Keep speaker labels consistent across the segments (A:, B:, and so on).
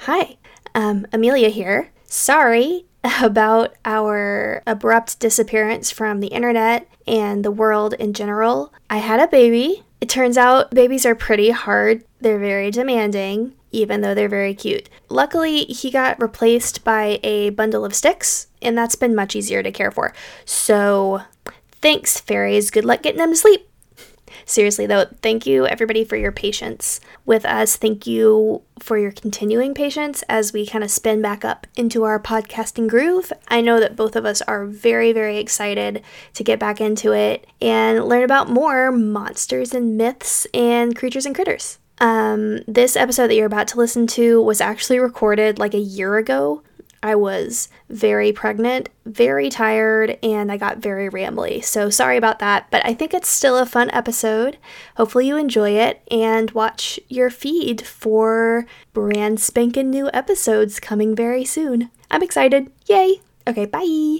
A: Hi, um, Amelia here. Sorry about our abrupt disappearance from the internet and the world in general. I had a baby. It turns out babies are pretty hard, they're very demanding, even though they're very cute. Luckily, he got replaced by a bundle of sticks, and that's been much easier to care for. So, thanks, fairies. Good luck getting them to sleep. Seriously, though, thank you everybody for your patience with us. Thank you for your continuing patience as we kind of spin back up into our podcasting groove. I know that both of us are very, very excited to get back into it and learn about more monsters and myths and creatures and critters. Um, this episode that you're about to listen to was actually recorded like a year ago. I was very pregnant, very tired, and I got very rambly. So sorry about that, but I think it's still a fun episode. Hopefully, you enjoy it and watch your feed for brand spankin' new episodes coming very soon. I'm excited. Yay! Okay, bye.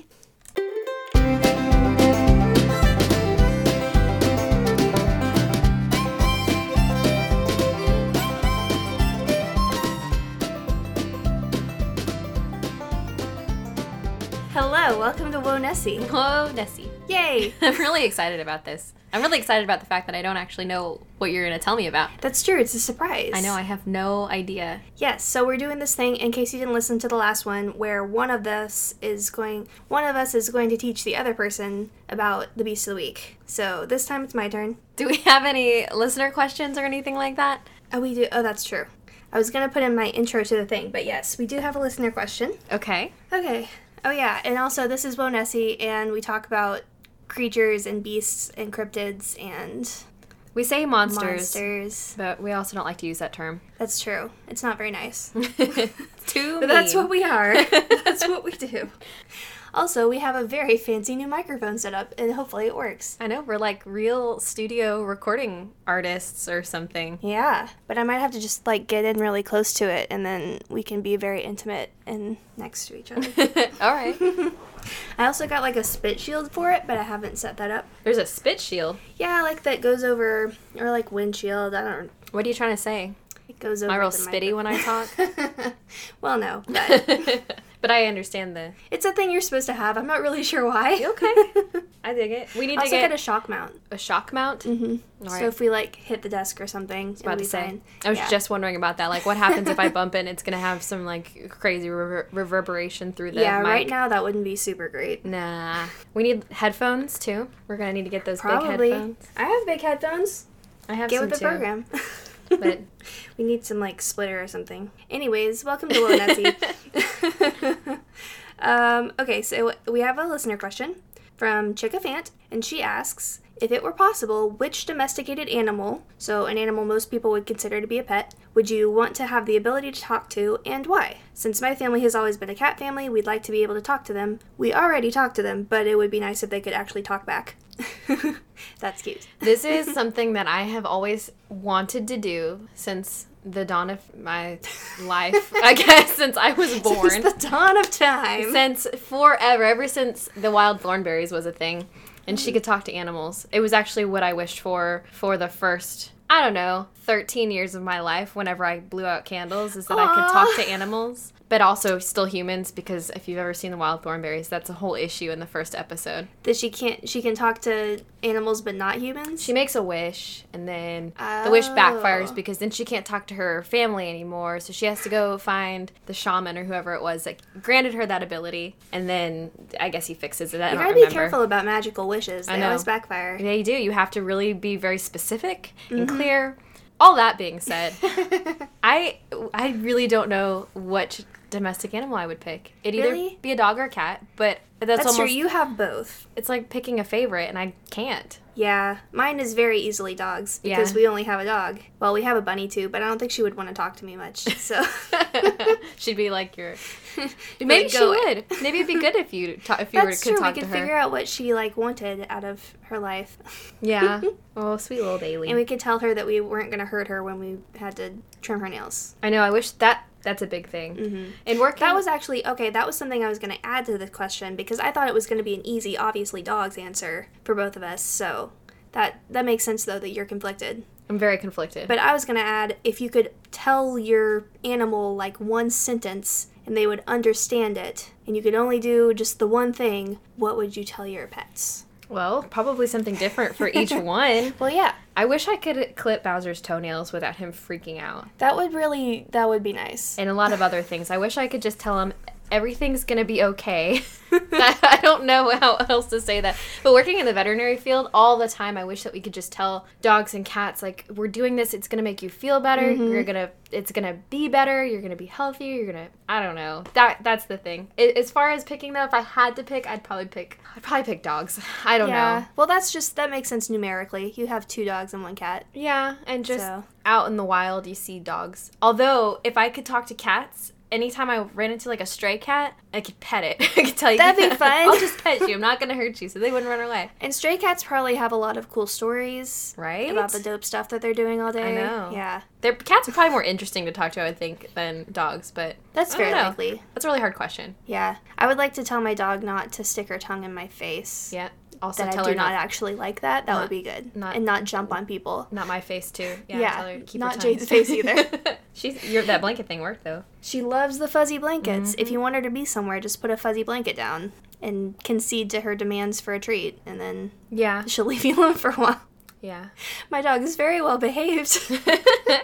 A: Hello, welcome to Whoa Nessie.
B: Whoa, Oh, Nessie.
A: Yay!
B: I'm really excited about this. I'm really excited about the fact that I don't actually know what you're going to tell me about.
A: That's true, it's a surprise.
B: I know, I have no idea.
A: Yes, so we're doing this thing in case you didn't listen to the last one where one of us is going one of us is going to teach the other person about the beast of the week. So this time it's my turn.
B: Do we have any listener questions or anything like that?
A: Oh we do oh that's true. I was gonna put in my intro to the thing, but yes, we do have a listener question.
B: Okay.
A: Okay. Oh yeah, and also this is Bo Nessie and we talk about creatures and beasts and cryptids and
B: We say monsters,
A: monsters.
B: but we also don't like to use that term.
A: That's true. It's not very nice.
B: Too
A: But that's
B: mean.
A: what we are. that's what we do. Also, we have a very fancy new microphone set up, and hopefully it works.
B: I know, we're like real studio recording artists or something.
A: Yeah, but I might have to just like get in really close to it, and then we can be very intimate and next to each other.
B: All right.
A: I also got like a spit shield for it, but I haven't set that up.
B: There's a spit shield.
A: Yeah, like that goes over, or like windshield. I don't.
B: What are you trying to say?
A: It goes over.
B: I real
A: the
B: spitty when I talk.
A: micro- well, no, but
B: but I understand the.
A: it's a thing you're supposed to have. I'm not really sure why.
B: Okay. I dig it. We need
A: I
B: to
A: also
B: get,
A: got a shock mount.
B: a shock mount. Mm-hmm.
A: So if we like hit the desk or something, it's
B: about to say. I was just wondering about that. Like, what happens if I bump it? It's gonna have some like crazy rever- reverberation through the
A: yeah.
B: mic.
A: Right now, that wouldn't be super great.
B: Nah, we need headphones too. We're gonna need to get those
A: Probably.
B: big headphones.
A: I have big headphones.
B: I have
A: Get
B: some
A: with the
B: too.
A: program.
B: But
A: we need some like splitter or something. Anyways, welcome to Low Nessie. um, okay, so we have a listener question from Chica Fant, and she asks if it were possible, which domesticated animal, so an animal most people would consider to be a pet, would you want to have the ability to talk to, and why? Since my family has always been a cat family, we'd like to be able to talk to them. We already talk to them, but it would be nice if they could actually talk back. That's cute.
B: this is something that I have always wanted to do since the dawn of my life. I guess since I was born.
A: Since the dawn of time.
B: since forever, ever since the wild thornberries was a thing, and she could talk to animals. It was actually what I wished for for the first, I don't know, 13 years of my life. Whenever I blew out candles, is that I could talk to animals, but also still humans. Because if you've ever seen the wild thornberries, that's a whole issue in the first episode.
A: that she can't she can talk to animals but not humans
B: She makes a wish, and then the wish
A: Oh.
B: backfires because then she can't talk to her family anymore. So she has to go find the shaman or whoever it was that granted her that ability. And then I guess he fixes it. I
A: you
B: don't
A: gotta
B: remember.
A: be careful about magical wishes they
B: know.
A: always backfire
B: Yeah, you do. You have to really be very specific and
A: Mm-hmm.
B: clear. All that being said, I I really don't know what domestic animal I would pick. It'd either
A: Really?
B: be a dog or a cat, but that's,
A: that's
B: almost
A: true you have both
B: it's like picking a favorite and I can't.
A: yeah mine is very easily dogs
B: Yeah.
A: because we only have a dog well we have a bunny too but i don't think she would want to talk to me much so
B: She'd be like your Maybe she
A: go
B: would. Maybe it'd be good if you ta- if you were, could
A: that's true we
B: talk
A: could
B: to her.
A: figure out what she like wanted out of her life
B: yeah. Oh, sweet little
A: and
B: Bailey.
A: we could tell her that we weren't gonna hurt her when we had to trim her nails
B: I know. I wish that that's a big thing. And working
A: Mm-hmm. That was actually okay. That was something I was going to add to the question because I thought it was going to be an easy, obviously dogs answer for both of us. So that that makes sense though that you're conflicted.
B: I'm very conflicted.
A: But I was going to add if you could tell your animal like one sentence and they would understand it, and you could only do just the one thing, what would you tell your pets?
B: well, probably something different for each one.
A: Well, yeah,
B: I wish I could clip Bowser's toenails without him freaking out.
A: that would really that would be nice.
B: and a lot of other things. I wish I could just tell him everything's gonna be okay. That- I don't know how else to say that. But working in the veterinary field all the time, I wish that we could just tell dogs and cats like we're doing this. It's gonna make you feel better.
A: Mm-hmm.
B: You're gonna. It's gonna be better. You're gonna be healthier. You're gonna. I don't know. That that's the thing. I as far as picking though, if I had to pick, I'd probably pick. I'd probably pick dogs. I don't know.
A: Well, that's just that makes sense numerically. You have two dogs and one cat.
B: Yeah, and just
A: So-
B: out in the wild, you see dogs. Although, if I could talk to cats, anytime I ran into like a stray cat, I could pet it. I could tell you
A: That'd be fun.
B: I'll just pet you. I'm not gonna hurt you, so they wouldn't run away.
A: And stray cats probably have a lot of cool stories
B: Right?
A: about the dope stuff that they're doing all day.
B: know.
A: Yeah,
B: Their cats are probably more interesting to talk to, I would think, than dogs. But
A: that's
B: I don't
A: very
B: know.
A: likely.
B: That's a really hard question.
A: Yeah, I would like to tell my dog not to stick her tongue in my face.
B: Yeah. Also,
A: That I
B: tell
A: do
B: her
A: not
B: not
A: actually like that. That
B: Not-
A: would be good.
B: not-
A: and not jump on people.
B: not my face too. Yeah.
A: Yeah,
B: tell her to keep
A: not
B: her tongue.
A: Jade's face either.
B: She's your, that blanket thing worked though.
A: She loves the fuzzy blankets. If
B: Mm-hmm.
A: you want her to be somewhere, just put a fuzzy blanket down and concede to her demands for a treat, and then
B: Yeah.
A: she'll leave you alone for a while.
B: Yeah.
A: My dog is very well behaved.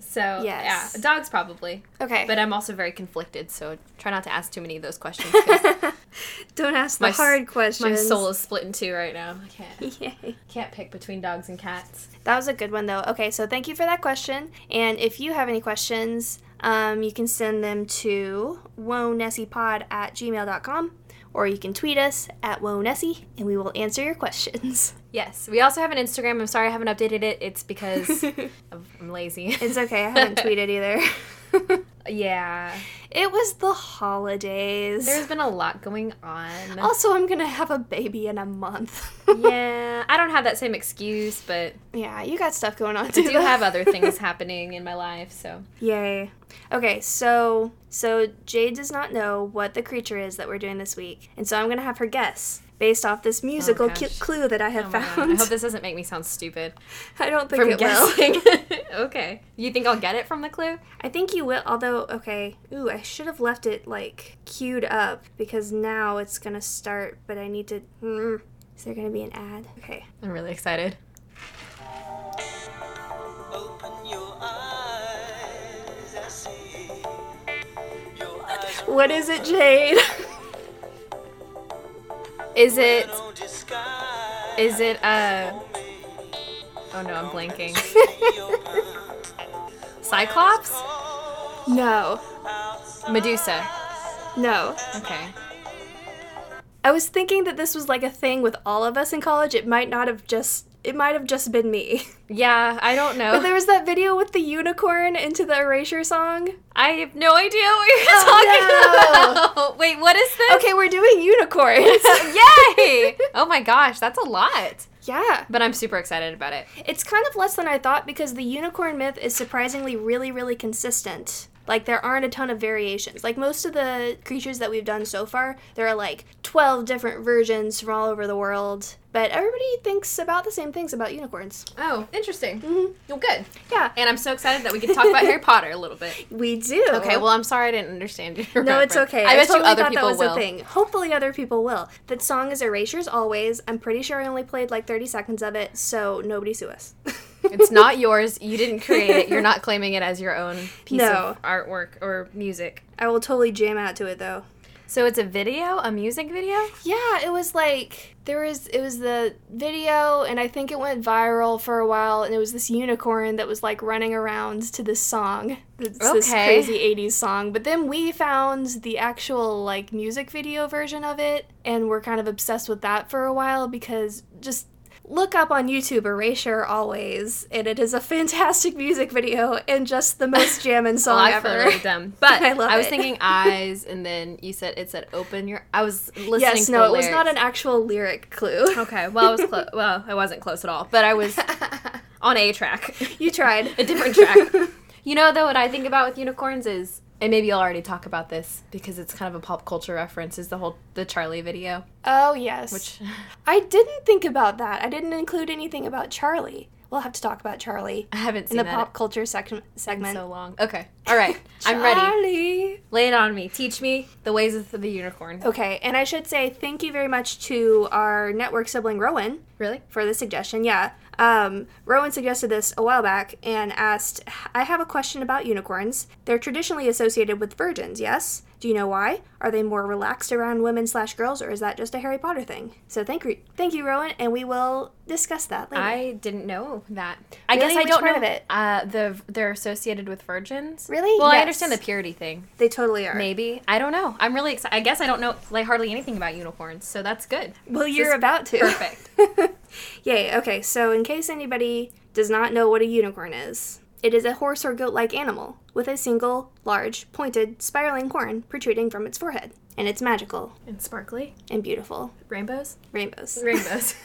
B: so
A: Yes.
B: yeah, dogs probably.
A: Okay,
B: But I'm also very conflicted, so try not to ask too many of those questions. 'cause
A: don't ask the
B: My s-
A: hard questions.
B: my soul is split in two right now. I can't
A: Yay.
B: can't pick between dogs and cats.
A: That was a good one, though. Okay, so thank you for that question. And if you have any questions, um, you can send them to wownessiepod at gmail.com or you can tweet us at wownessie and we will answer your questions.
B: Yes, we also have an Instagram. I'm sorry I haven't updated it. It's because I'm I'm lazy.
A: It's okay, I haven't tweeted either.
B: yeah,
A: it was the holidays.
B: there's been a lot going on.
A: also, I'm gonna have a baby in a month.
B: yeah, I don't have that same excuse, but
A: yeah, you got stuff going on
B: I
A: too.
B: do
A: though.
B: have other things happening in my life. So
A: Yay. Okay, so so Jade does not know what the creature is that we're doing this week, and so I'm gonna have her guess based off this musical cu-
B: gosh.
A: clue that I
B: Oh
A: have
B: my God,
A: found.
B: I hope this doesn't make me sound stupid
A: I don't think
B: from
A: it will.
B: guessing. okay, you think I'll get it from the clue?
A: I think you will. Although, okay, ooh, I should have left it like queued up because now it's gonna start. But I need to. Mm, is there gonna be an ad? Okay.
B: I'm really excited.
C: Open your eyes, I see. Your eyes are
A: What is it, Jade?
B: Is it?
C: no disguise.
B: Is it? Uh. Oh no, I'm blanking. Cyclops?
A: no,
B: Medusa.
A: no.
B: Okay.
A: I was thinking that this was like a thing with all of us in college. It might not have just. It might have just been me.
B: Yeah, I don't know.
A: But there was that video with the unicorn into the erasure song.
B: I have no idea what you're talking about. Wait, what is this?
A: Okay, we're doing unicorns.
B: Yay! oh my gosh, that's a lot.
A: yeah.
B: But I'm super excited about it.
A: It's kind of less than I thought because the unicorn myth is surprisingly really, really consistent. Like, there aren't a ton of variations. Like, most of the creatures that we've done so far, there are like 12 different versions from all over the world. But everybody thinks about the same things about unicorns.
B: Oh, interesting. mm Well, good.
A: Yeah.
B: And I'm so excited that we can talk about Harry Potter a little bit.
A: We do.
B: Okay, well, I'm sorry I didn't understand your
A: No, it's
B: reference.
A: okay.
B: I bet
A: totally
B: you other
A: thought
B: people
A: that was
B: will.
A: a thing. Hopefully, other people will. That song is Erasures Always. I'm pretty sure I only played like 30 seconds of it, so nobody sue us.
B: It's not yours. You didn't create it. You're not claiming it as your own piece
A: No.
B: of artwork or music.
A: I will totally jam out to it though.
B: So it's a video, a music video?
A: Yeah, it was like there was it was the video, and I think it went viral for a while. And it was this unicorn that was like running around to this song, it's this
B: Okay.
A: crazy '80s song. But then we found the actual like music video version of it, and we're kind of obsessed with that for a while because just. Look up on YouTube Erasure Always, and it is a fantastic music video and just the most jammin' song
B: Well, Oh, I
A: ever.
B: feel really dumb. But
A: I
B: I,
A: love
B: was
A: it.
B: thinking eyes, and then you said it said open your. I was listening.
A: yes,
B: to
A: no,
B: the
A: it was not an
B: lyrics.
A: actual lyric clue.
B: Okay, well I was close. well I wasn't close at all, but I was on a track,
A: You tried.
B: a different track. you know though, what I think about with unicorns is, and maybe I'll already talk about this because it's kind of a pop culture reference. Is the whole the Charlie video,
A: Oh yes.
B: which
A: I didn't think about that. I didn't include anything about Charlie. We'll have to talk about Charlie
B: I haven't
A: in
B: seen
A: the
B: that
A: pop culture sec-
B: in
A: segment.
B: so long. Okay. All right. I'm ready.
A: Charlie.
B: Lay it on me. Teach me the ways of the unicorn.
A: Okay, and I should say thank you very much to our network sibling Rowan
B: Really?
A: for the suggestion. Yeah. Um, Rowan suggested this a while back and asked, I have a question about unicorns. They're traditionally associated with virgins, yes? Do you know why? Are they more relaxed around women slash girls, or is that just a Harry Potter thing? So thank you, thank you, Rowan, and we will discuss that later.
B: I didn't know that. I
A: Really?
B: guess I
A: Which
B: don't
A: part
B: know
A: of it?
B: Uh, the they're associated with virgins.
A: Really?
B: Well, I
A: Yes.
B: understand the purity thing.
A: they totally are.
B: Maybe I don't know. I'm really excited. I guess I don't know like hardly anything about unicorns, so that's good.
A: Well,
B: This
A: you're
B: is
A: about to.
B: Perfect.
A: Yay, okay, so in case anybody does not know what a unicorn is, it is a horse or goat like animal with a single, large, pointed, spiraling horn protruding from its forehead. And it's magical
B: and sparkly
A: and beautiful.
B: rainbows.
A: Rainbows.
B: Rainbows.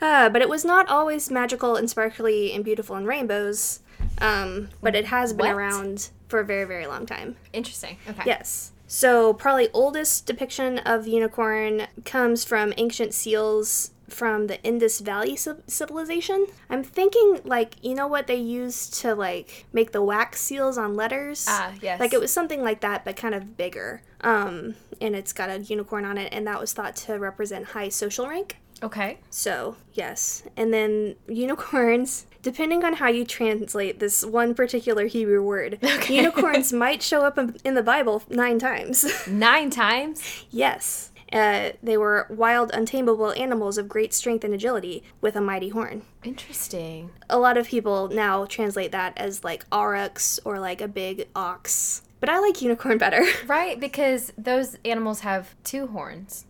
A: Uh, but it was not always magical and sparkly and beautiful and rainbows, um, but it has been
B: What?
A: around for a very, very long time.
B: Interesting. Okay.
A: Yes. So probably oldest depiction of unicorn comes from ancient seals from the Indus Valley civ- civilization. I'm thinking like you know what they used to like make the wax seals on letters.
B: Ah, yes.
A: Like it was something like that, but kind of bigger. Um, and it's got a unicorn on it, and that was thought to represent high social rank.
B: Okay.
A: So, yes. And then unicorns, depending on how you translate this one particular Hebrew word,
B: Okay.
A: unicorns might show up in- in the Bible nine times.
B: Nine times.
A: yes. Uh, they were wild, untamable animals of great strength and agility with a mighty horn.
B: Interesting.
A: A lot of people now translate that as like aurochs or like a big ox. But I like unicorn better.
B: Right, because those animals have two horns.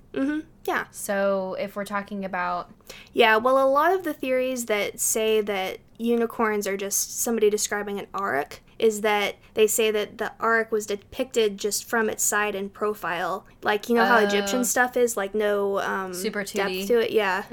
A: yeah.
B: So if we're talking about
A: Yeah, well, a lot of the theories that say that unicorns are just somebody describing an auroch is that they say that the auroch was depicted just from its side and profile. Like, you know how Egyptian stuff is? Like, no um,
B: Super 2D.
A: depth to it? Yeah.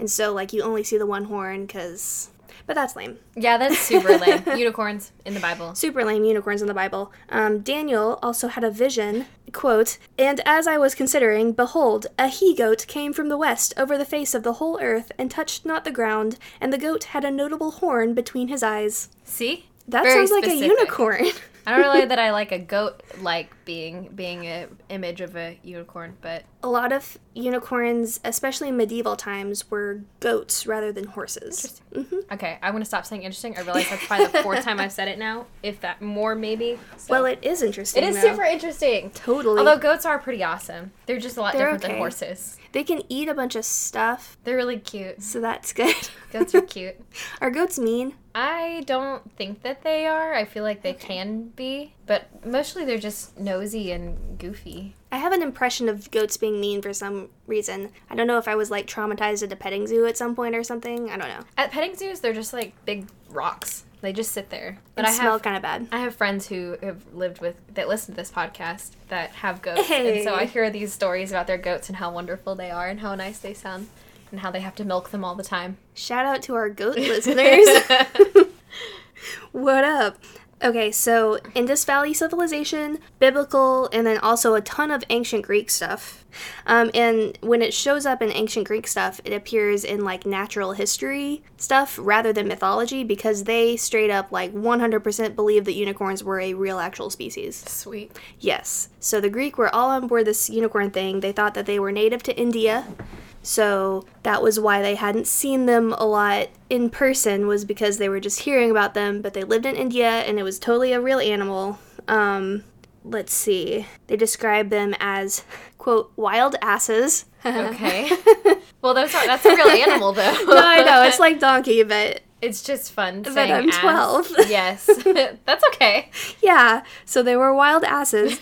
A: And so, like, you only see the one horn because. But that's lame.
B: yeah, that's super lame. Unicorns in the Bible.
A: Super lame unicorns in the Bible. Um, Daniel also had a vision, quote, And as I was considering, behold, a he goat came from the west over the face of the whole earth, and touched not the ground, and the goat had a notable horn between his eyes.
B: See?
A: That
B: Very
A: sounds like
B: specific.
A: a unicorn.
B: I don't really that I like a goat like being being a image of a unicorn, but
A: a lot of unicorns, especially in medieval times, were goats rather than horses.
B: okay, I want to stop saying interesting. I realize that's probably the fourth time I've said it now, if that more maybe. So-
A: Well, it is interesting.
B: it is
A: though.
B: super interesting.
A: Totally.
B: Although goats are pretty awesome. They're just a lot
A: They're
B: different
A: okay.
B: than horses.
A: they can eat a bunch of stuff,
B: They're really cute.
A: so that's good.
B: Goats are cute.
A: Are goats mean?
B: I don't think that they are. I feel like they can be, but mostly they're just nosy and goofy.
A: I have an impression of goats being mean for some reason. I don't know if I was like traumatized at a petting zoo at some point or something. I don't know.
B: At petting zoos, they're just like big rocks. They just sit there. But
A: But
B: I
A: I smell
B: have
A: kind of bad.
B: I have friends who have lived with that listen to this podcast that have goats, and so
A: Hey.
B: I hear these stories about their goats and how wonderful they are and how nice they sound and how they have to milk them all the time.
A: Shout out to our goat listeners. what up? Okay, so Indus Valley civilization, biblical, and then also a ton of ancient Greek stuff. Um, and when it shows up in ancient Greek stuff, it appears in like natural history stuff rather than mythology because they straight up like 100% believe that unicorns were a real actual species.
B: Sweet.
A: Yes. So the Greek were all on board this unicorn thing. They thought that they were native to India. So that was why they hadn't seen them a lot in person was because they were just hearing about them, but they lived in India and it was totally a real animal. Um let's see. They describe them as quote wild asses.
B: Okay. well, those are that's a real animal though.
A: No, I know, it's like donkey, but
B: it's just fun. But
A: I'm 12.
B: yes, that's okay.
A: yeah. So they were wild asses.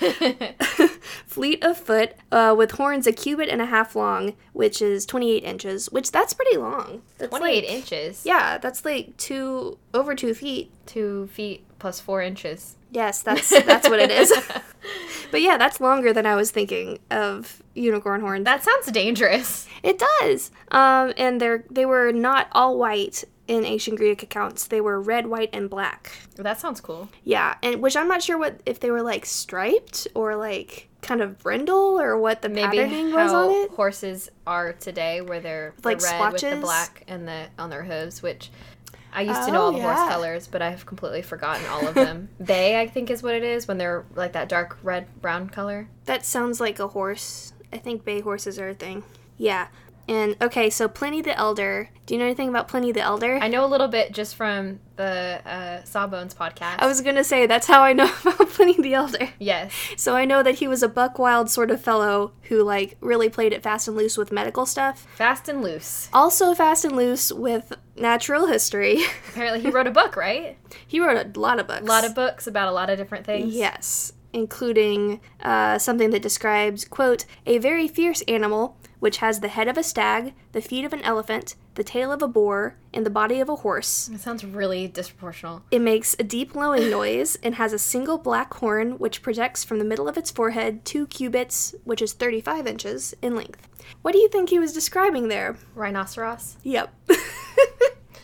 A: fleet of foot uh, with horns a cubit and a half long which is 28 inches which that's pretty long that's
B: Twenty-eight
A: like-
B: inches.
A: yeah that's like two over two feet
B: Two feet plus four inches.
A: Yes, that's that's what it is. but yeah, that's longer than I was thinking of unicorn horns.
B: That sounds dangerous.
A: It does. Um, and they're they were not all white in ancient Greek accounts. They were red, white, and black.
B: That sounds cool.
A: Yeah, and which I'm not sure what if they were like striped or like kind of brindle or what the
B: Maybe
A: patterning was on
B: how
A: it.
B: horses are today, where they're the
A: Like
B: red with
A: splotches?
B: the black and the on their hooves, which I used to know all
A: Oh,
B: the
A: yeah.
B: horse colors, but I have completely forgotten all of them. Bay, I think, is what it is when they're like that dark red brown color.
A: That sounds like a horse. I think bay horses are a thing. Yeah. And okay, so Pliny the Elder. Do you know anything about Pliny the Elder?
B: I know a little bit just from the uh, Sawbones podcast.
A: I was gonna say that's how I know about Pliny the Elder.
B: yes,
A: So I know that he was a buck wild sort of fellow who like really played it fast and loose with medical stuff.
B: fast and loose.
A: Also fast and loose with natural history.
B: Apparently, he wrote a book, right?
A: he wrote a lot of books.
B: A lot of books about a lot of different things.
A: Yes, including uh, something that describes, quote, a very fierce animal which has the head of a stag, the feet of an elephant, the tail of a boar, and the body of a horse.
B: It sounds really disproportional.
A: It makes a deep lowing noise and has a single black horn which projects from the middle of its forehead two cubits, which is 35 inches, in length. What do you think he was describing there?
B: Rhinoceros.
A: Yep.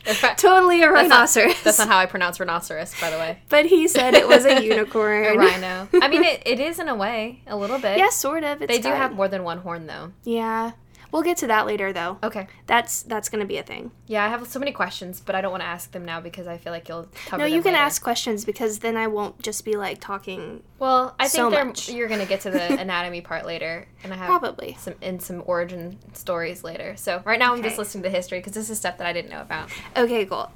B: That's not-
A: totally a rhinoceros.
B: That's not how I pronounce rhinoceros, by the way.
A: but he said it was a unicorn.
B: A rhino. I mean, it, it is in a way, a little bit.
A: Yeah, sort of. It's
B: They do
A: fine.
B: have more than one horn, though.
A: Yeah. We'll get to that later though.
B: Okay.
A: That's that's going to be a thing.
B: Yeah, I have so many questions, but I don't want to ask them now because I feel like you'll cover
A: No, you
B: them
A: can
B: later.
A: ask questions because then I won't just be like talking
B: Well, I think
A: so
B: they're,
A: much.
B: you're going to get to the anatomy part later, and I have
A: probably.
B: some in some origin stories later. So right now I'm
A: Okay.
B: just listening to history because this is stuff that I didn't know about.
A: Okay, cool.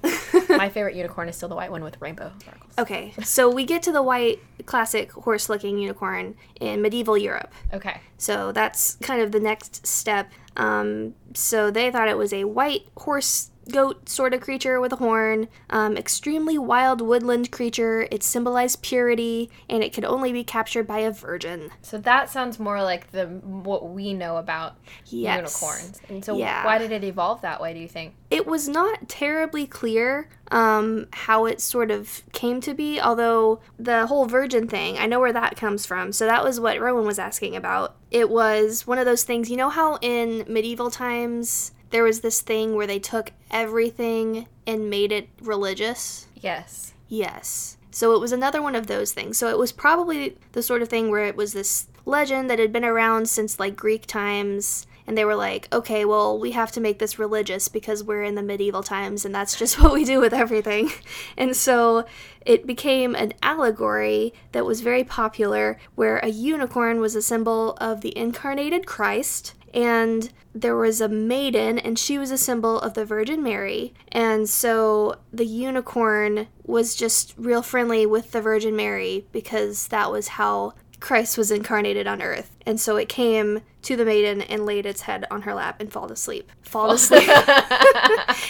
B: My favorite unicorn is still the white one with rainbow sparkles.
A: okay. So we get to the white classic horse-looking unicorn in medieval Europe.
B: Okay.
A: So that's kind of the next step. Um, so they thought it was a white horse goat sort of creature with a horn, um, extremely wild woodland creature. It symbolized purity, and it could only be captured by a virgin.
B: So that sounds more like the what we know about
A: Yes.
B: unicorns. And so
A: Yeah.
B: why did it evolve that way, do you think?
A: it was not terribly clear um, how it sort of came to be, although the whole virgin thing, I know where that comes from. So that was what Rowan was asking about. It was one of those things, you know, how in medieval times there was this thing where they took everything and made it religious?
B: Yes.
A: Yes. So it was another one of those things. So it was probably the sort of thing where it was this legend that had been around since like Greek times. And they were like, okay, well, we have to make this religious because we're in the medieval times and that's just what we do with everything. And so it became an allegory that was very popular where a unicorn was a symbol of the incarnated Christ and there was a maiden and she was a symbol of the virgin mary and so the unicorn was just real friendly with the virgin mary because that was how christ was incarnated on earth and so it came to the maiden and laid its head on her lap and fall asleep fall asleep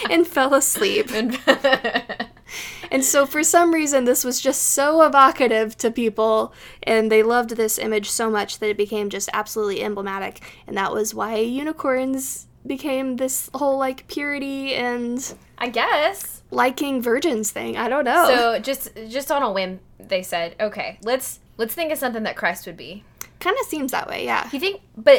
A: and fell asleep and so for some reason this was just so evocative to people and they loved this image so much that it became just absolutely emblematic and that was why unicorns became this whole like purity and
B: I guess.
A: liking virgins thing. I don't know.
B: So just just on a whim, they said, okay, let's let's think of something that Christ would be.
A: kind of seems that way, yeah.
B: Do you think? But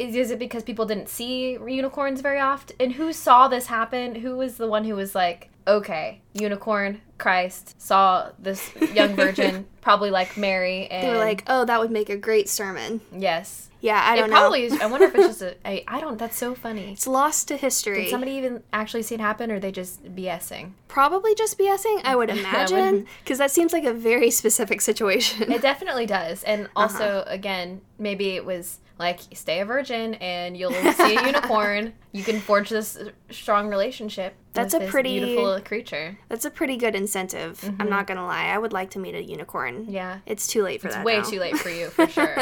B: is it because people didn't see unicorns very often? And who saw this happen? Who was the one who was like, okay, unicorn, Christ saw this young virgin, probably like Mary, and
A: They were like, "Oh, that would make a great sermon."
B: yes,
A: Yeah, I
B: it
A: don't know.
B: probably. Is, I wonder if it's just a. I, I don't. That's so funny.
A: it's lost to history.
B: Did somebody even actually see it happen, or they just BSing?
A: probably just BSing, I would imagine, because that seems like a very specific situation.
B: It definitely does. And
A: Uh-huh.
B: also, again, maybe it was like stay a virgin and you'll see a unicorn. You can forge this strong relationship.
A: That's
B: with
A: a
B: this
A: pretty-
B: beautiful creature.
A: That's a pretty good incentive.
B: Mm-hmm.
A: I'm not gonna lie. I would like to meet a unicorn.
B: Yeah.
A: It's too late for that.
B: Way
A: now.
B: too late for you, for sure.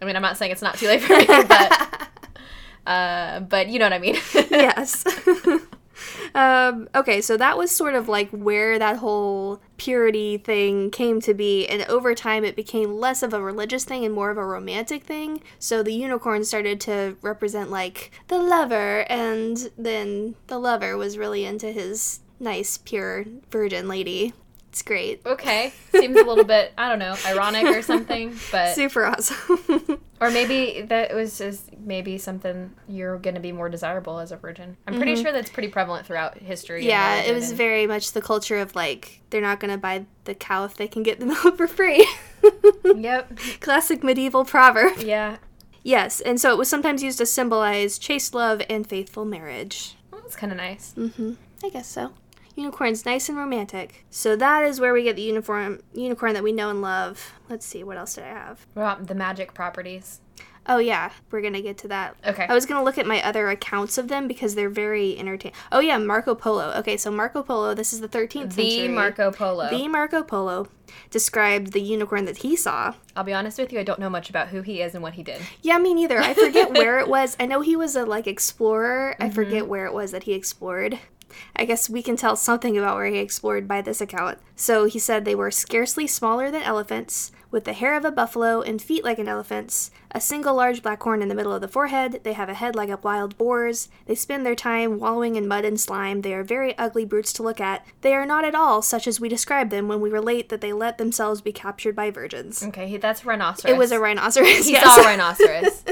B: I mean, I'm not saying it's not too late for me, but uh, but you know what I mean.
A: yes. um, okay, so that was sort of like where that whole purity thing came to be, and over time it became less of a religious thing and more of a romantic thing. So the unicorn started to represent like the lover, and then the lover was really into his nice, pure virgin lady. It's great.
B: Okay. Seems a little bit, I don't know, ironic or something, but
A: Super awesome.
B: or maybe that was just maybe something you're going to be more desirable as a virgin. I'm pretty sure that's pretty prevalent throughout history.
A: Mm-hmm.
B: and
A: yeah,
B: religion
A: it was
B: and-
A: very much the culture of like they're not going to buy the cow if they can get the milk for free.
B: Yep.
A: Classic medieval proverb.
B: Yeah.
A: Yes, and so it was sometimes used to symbolize chaste love and faithful marriage.
B: Well, that's kind of nice.
A: I guess so. Unicorn's nice and romantic. So that is where we get the uniform unicorn that we know and love. Let's see, what else did I have?
B: What about the magic properties?
A: Oh yeah, we're gonna get to that.
B: Okay.
A: I was gonna look at my other accounts of them because they're very entertaining. Oh yeah, Marco Polo. Okay, so Marco Polo. This is the 13th
B: the
A: century.
B: Marco Polo.
A: The Marco Polo described the unicorn that he saw.
B: I'll be honest with you, I don't know much about who he is and what he did.
A: Yeah, me neither. I forget where it was. I know he was a like explorer. I forget where it was that he explored. I guess we can tell something about where he explored by this account. So he said they were scarcely smaller than elephants, with the hair of a buffalo and feet like an elephant's, a single large black horn in the middle of the forehead, they have a head like a wild boar's, they spend their time wallowing in mud and slime, they are very ugly brutes to look at. They are not at all such as we describe them when we relate that they let themselves be captured by virgins.
B: Okay, he, that's rhinoceros.
A: It was a rhinoceros.
B: He
A: yes.
B: saw a rhinoceros.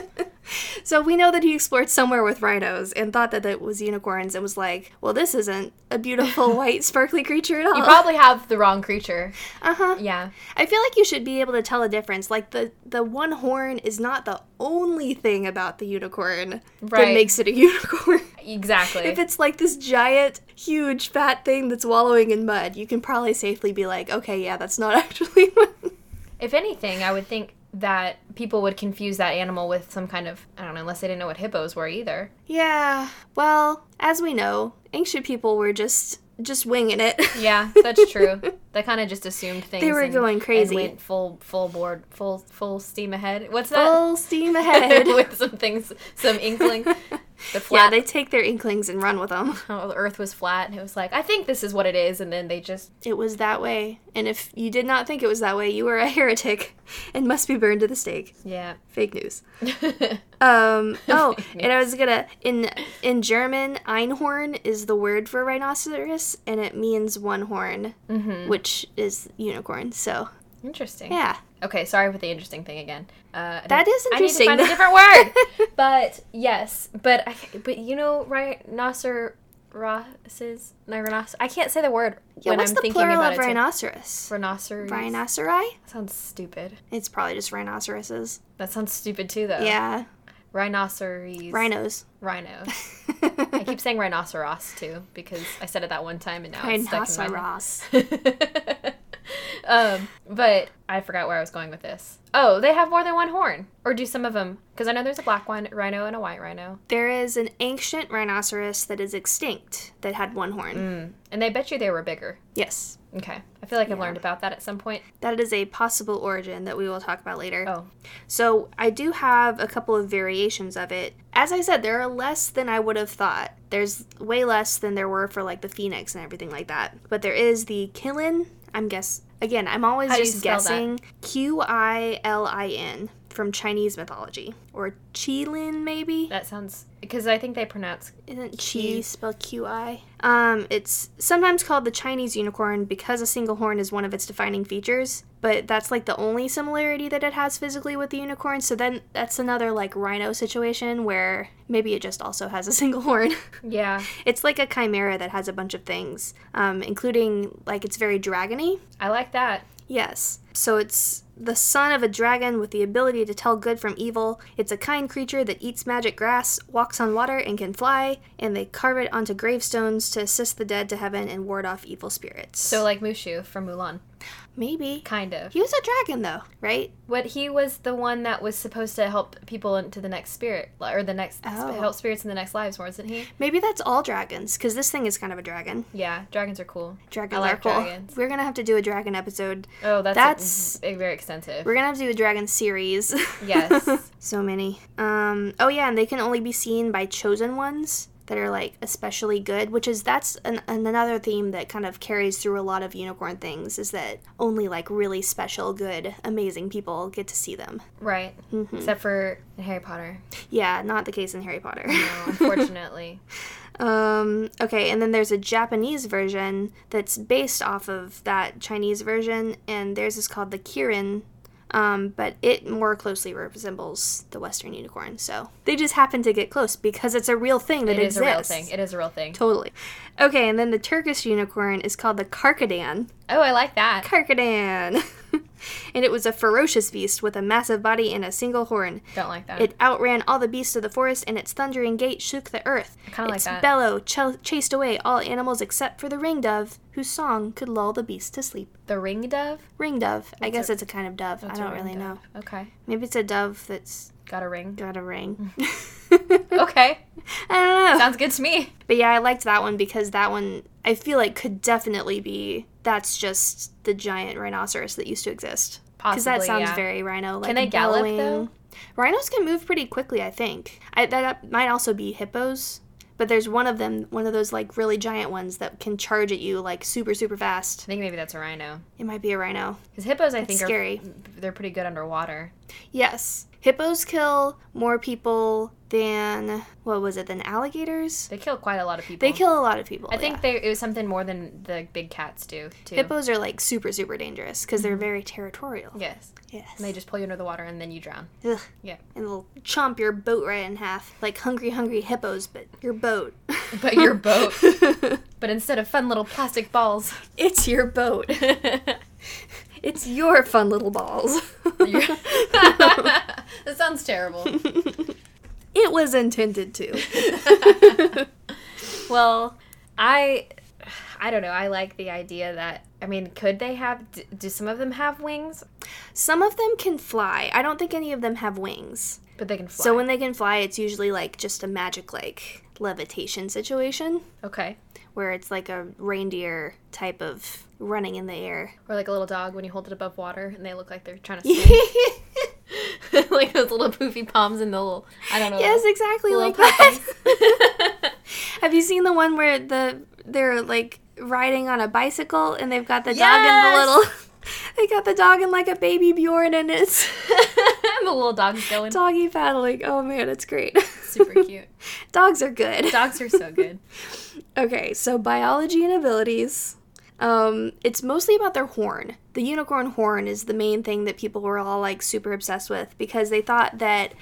A: So we know that he explored somewhere with rhinos and thought that it was unicorns and was like, well, this isn't a beautiful white sparkly creature at all.
B: you probably have the wrong creature.
A: uh huh.
B: Yeah.
A: I feel like you should be able to tell the difference. Like the the one horn is not the only thing about the unicorn that
B: Right.
A: makes it a unicorn.
B: Exactly.
A: if it's like this giant, huge, fat thing that's wallowing in mud, you can probably safely be like, okay, yeah, that's not actually one.
B: If anything, I would think that people would confuse that animal with some kind of I don't know, unless they didn't know what hippos were either.
A: Yeah. Well, as we know, ancient people were just just winging it.
B: Yeah, that's true. they kind of just assumed things.
A: were
B: and-
A: going crazy.
B: And went full full board, full full steam ahead. What's that?
A: Full steam ahead.
B: with some things, some inkling. The
A: Yeah,
B: flat
A: they take their inklings and run with them.
B: oh, the Earth was flat, and it was like, I think this is what it is, and then they just
A: It was that way. And if you did not think it was that way, you were a heretic and must be burned to the stake.
B: yeah.
A: Fake news. Um, oh, and I was gonna in in German, Einhorn is the word for rhinoceros, and it means one horn, which is unicorn. So
B: Interesting.
A: yeah,
B: Okay, sorry for the interesting thing again. Uh, I
A: That
B: need-
A: is
B: I need to
A: interesting.
B: find a different word. but yes, but I, but you know, rhinoceroses, no, rhinoceros. I can't say the word
A: yeah.
B: when
A: what's
B: I'm
A: the
B: thinking
A: plural
B: about
A: of
B: it.
A: rhinoceros?
B: Rhinoceros.
A: Rhinoceri?
B: That sounds stupid.
A: It's probably just rhinoceroses.
B: That sounds stupid too, though.
A: Yeah,
B: Rhinoceres.
A: rhinos.
B: Rhino. I keep saying rhinoceros too because I said it that one time and now it's stuck in my head.
A: Rhinoceros.
B: um, but I forgot where I was going with this. Oh, they have more than one horn, or do some of them? Because I know there's a black one rhino and a white rhino,
A: There is an ancient rhinoceros that is extinct that had one horn.
B: and they bet you they were bigger.
A: Yes.
B: Okay, I feel like I've learned about that at some point.
A: That is a possible origin that we will talk about later.
B: Oh,
A: So, I do have a couple of variations of it. As I said, there are less than I would have thought. There's way less than there were for like the phoenix and everything like that. But there is the killin. I'm guess again, I'm always
B: How do you
A: just
B: spell that?
A: guessing. Q I L I N from Chinese mythology or Qilin maybe?
B: that sounds because I think they pronounce
A: Isn't chi spelled Q I? Um, it's sometimes called the Chinese unicorn because a single horn is one of its defining features, but that's like the only similarity that it has physically with the unicorn. So then that's another like rhino situation where maybe it just also has a single horn.
B: yeah.
A: it's like a chimera that has a bunch of things, um, including like it's very dragony.
B: I like that.
A: Yes. So it's the son of a dragon with the ability to tell good from evil. It's a kind creature that eats magic grass, walks on water, and can fly, and they carve it onto gravestones to assist the dead to heaven and ward off evil spirits.
B: So like Mushu from Mulan,
A: maybe.
B: kind of.
A: He was a dragon, though, right?
B: What he was the one that was supposed to help people into the next spirit or the next
A: Oh.
B: help spirits in the next lives, wasn't he?
A: Maybe that's all dragons, because this thing is kind of a dragon.
B: Yeah, dragons are cool.
A: Dragons
B: like
A: are cool.
B: dragons.
A: We're gonna have to do a dragon episode.
B: Oh, that's
A: That's-
B: a, very extensive.
A: We're gonna have to do a dragon series.
B: Yes.
A: so many. Um, oh yeah, and they can only be seen by chosen ones that are like especially good, which is that's an, an, another theme that kind of carries through a lot of unicorn things is that only like really special, good, amazing people get to see them.
B: Right.
A: Mm-hmm.
B: Except for in Harry Potter.
A: Yeah, not the case in Harry Potter.
B: No, unfortunately.
A: Um, okay, and then there's a Japanese version that's based off of that Chinese version, and theirs is called the Kirin, um, but it more closely resembles the Western unicorn. So they just happen to get close because it's a real thing that
B: It is
A: exists.
B: a real thing. It is a real thing.
A: Totally. Okay, and then the Turkish unicorn is called the Karkadan.
B: Oh, I like that.
A: Karkadan! and it was a ferocious beast with a massive body and a single horn.
B: Don't like that.
A: It outran all the beasts of the forest, and its thundering gait shook the earth.
B: kinda like
A: its
B: that.
A: bellow ch- chased away all animals except for the ring dove, whose song could lull the beast to sleep.
B: the ring dove.
A: Ring dove. I guess it's a kind of dove. I
B: It's a
A: don't
B: ring
A: really know.
B: dove. Okay,
A: Maybe it's a dove that's
B: got a ring.
A: got a ring.
B: Okay,
A: I don't know.
B: sounds good to me.
A: But yeah, I liked that one because that one I feel like could definitely be. That's just the giant rhinoceros that used to exist. Because that
B: Possibly,
A: sounds
B: yeah.
A: very rhino. Like
B: Can they gallop,
A: bellowing.
B: though?
A: Rhinos can move pretty quickly, I think. I, that that might also be hippos, but there's one of them, one of those like really giant ones that can charge at you like super super
B: I
A: fast.
B: think maybe that's a rhino.
A: It might be a rhino.
B: Because hippos, I
A: That's
B: think,
A: scary.
B: are they're pretty good underwater.
A: Yes, hippos kill more people than what was it? Than alligators?
B: They kill quite a lot of people.
A: They kill a lot of people.
B: I think
A: yeah.
B: they, it was something more than the big cats do too.
A: hippos are like super super dangerous because they're very territorial.
B: Yes.
A: Yes.
B: And they just pull you under the water and then you drown.
A: Ugh.
B: Yeah.
A: And they'll chomp your boat right in half, like hungry, hungry hippos, but your boat.
B: But your boat. but instead of fun little plastic balls,
A: it's your boat.
B: your
A: It's your fun little balls.
B: that sounds terrible.
A: it was intended to.
B: Well, I I don't know. I like the idea that I mean, could they have d- do some of them have wings?
A: Some of them can fly. I don't think any of them have wings.
B: But they can fly.
A: So when they can fly, it's usually like just a magic, like levitation situation
B: okay.
A: where it's like a reindeer type of running in the air.
B: Or like a little dog when you hold it above water and they look like they're trying to swim. like those little poofy palms and the little I don't know.
A: Yes, exactly
B: little
A: like that.
B: puppies.
A: Have you seen the one where the they're like riding on a bicycle and they've got the
B: Yes!
A: dog in the little they got the dog in like a baby Bjorn and it's
B: and the little dog's going.
A: doggy paddling. Oh man, it's great.
B: Super cute.
A: Dogs are good.
B: Dogs are so good.
A: Okay, so biology and abilities. Um, it's mostly about their horn. The unicorn horn is the main thing that people were all like super obsessed with because they thought that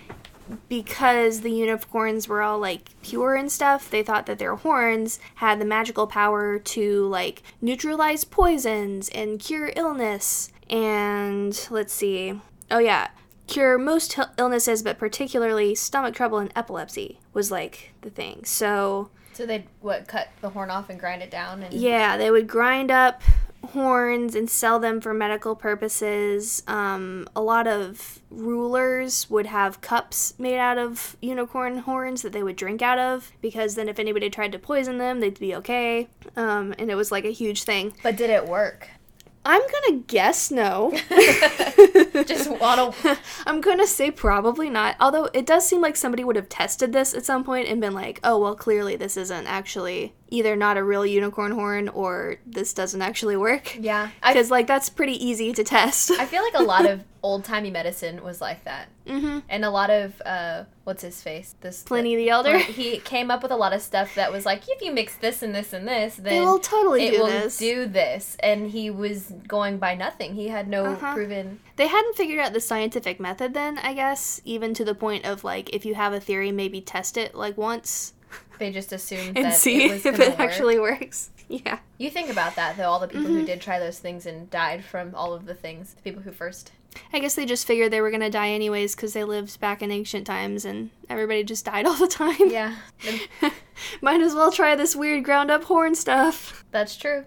A: because the unicorns were all like pure and stuff, they thought that their horns had the magical power to like neutralize poisons and cure illness. And let's see. Oh, yeah. Cure most hel- illnesses, but particularly stomach trouble and epilepsy was like the thing. So
B: So they what cut the horn off and grind it down and
A: yeah, they would grind up horns and sell them for medical purposes. Um, a lot of rulers would have cups made out of unicorn horns that they would drink out of because then if anybody tried to poison them, they'd be okay. Um, and it was like a huge thing.
B: But did it work?
A: I'm gonna guess no.
B: Just on a
A: I'm gonna say probably not. Although it does seem like somebody would have tested this at some point and been like, oh, well, clearly this isn't actually either not a real unicorn horn or this doesn't actually work.
B: Yeah. I
A: Because, like, that's pretty easy to test.
B: I feel like a lot of old timey medicine was like that. Mm-hmm. And a lot of uh what's his face? This
A: Pliny the Elder.
B: He came up with a lot of stuff that was like, if you mix this and this and this, then
A: It will totally
B: it
A: do
B: will
A: this.
B: do this. And he was going by nothing. He had no
A: Uh-huh.
B: proven
A: they hadn't figured out the scientific method then, I guess, even to the point of, like, if you have a theory, maybe test it, like, once
B: they just assumed
A: and
B: that
A: see
B: it was
A: if it
B: gonna work.
A: actually Mm-hmm. works. Yeah.
B: You think about that though, all the people who did try those things and died from all of the things, the people who first.
A: I guess they just figured they were gonna die anyways because they lived back in ancient times and everybody just died all the time.
B: Yeah, and
A: Might as well try this weird ground up horn stuff.
B: that's true.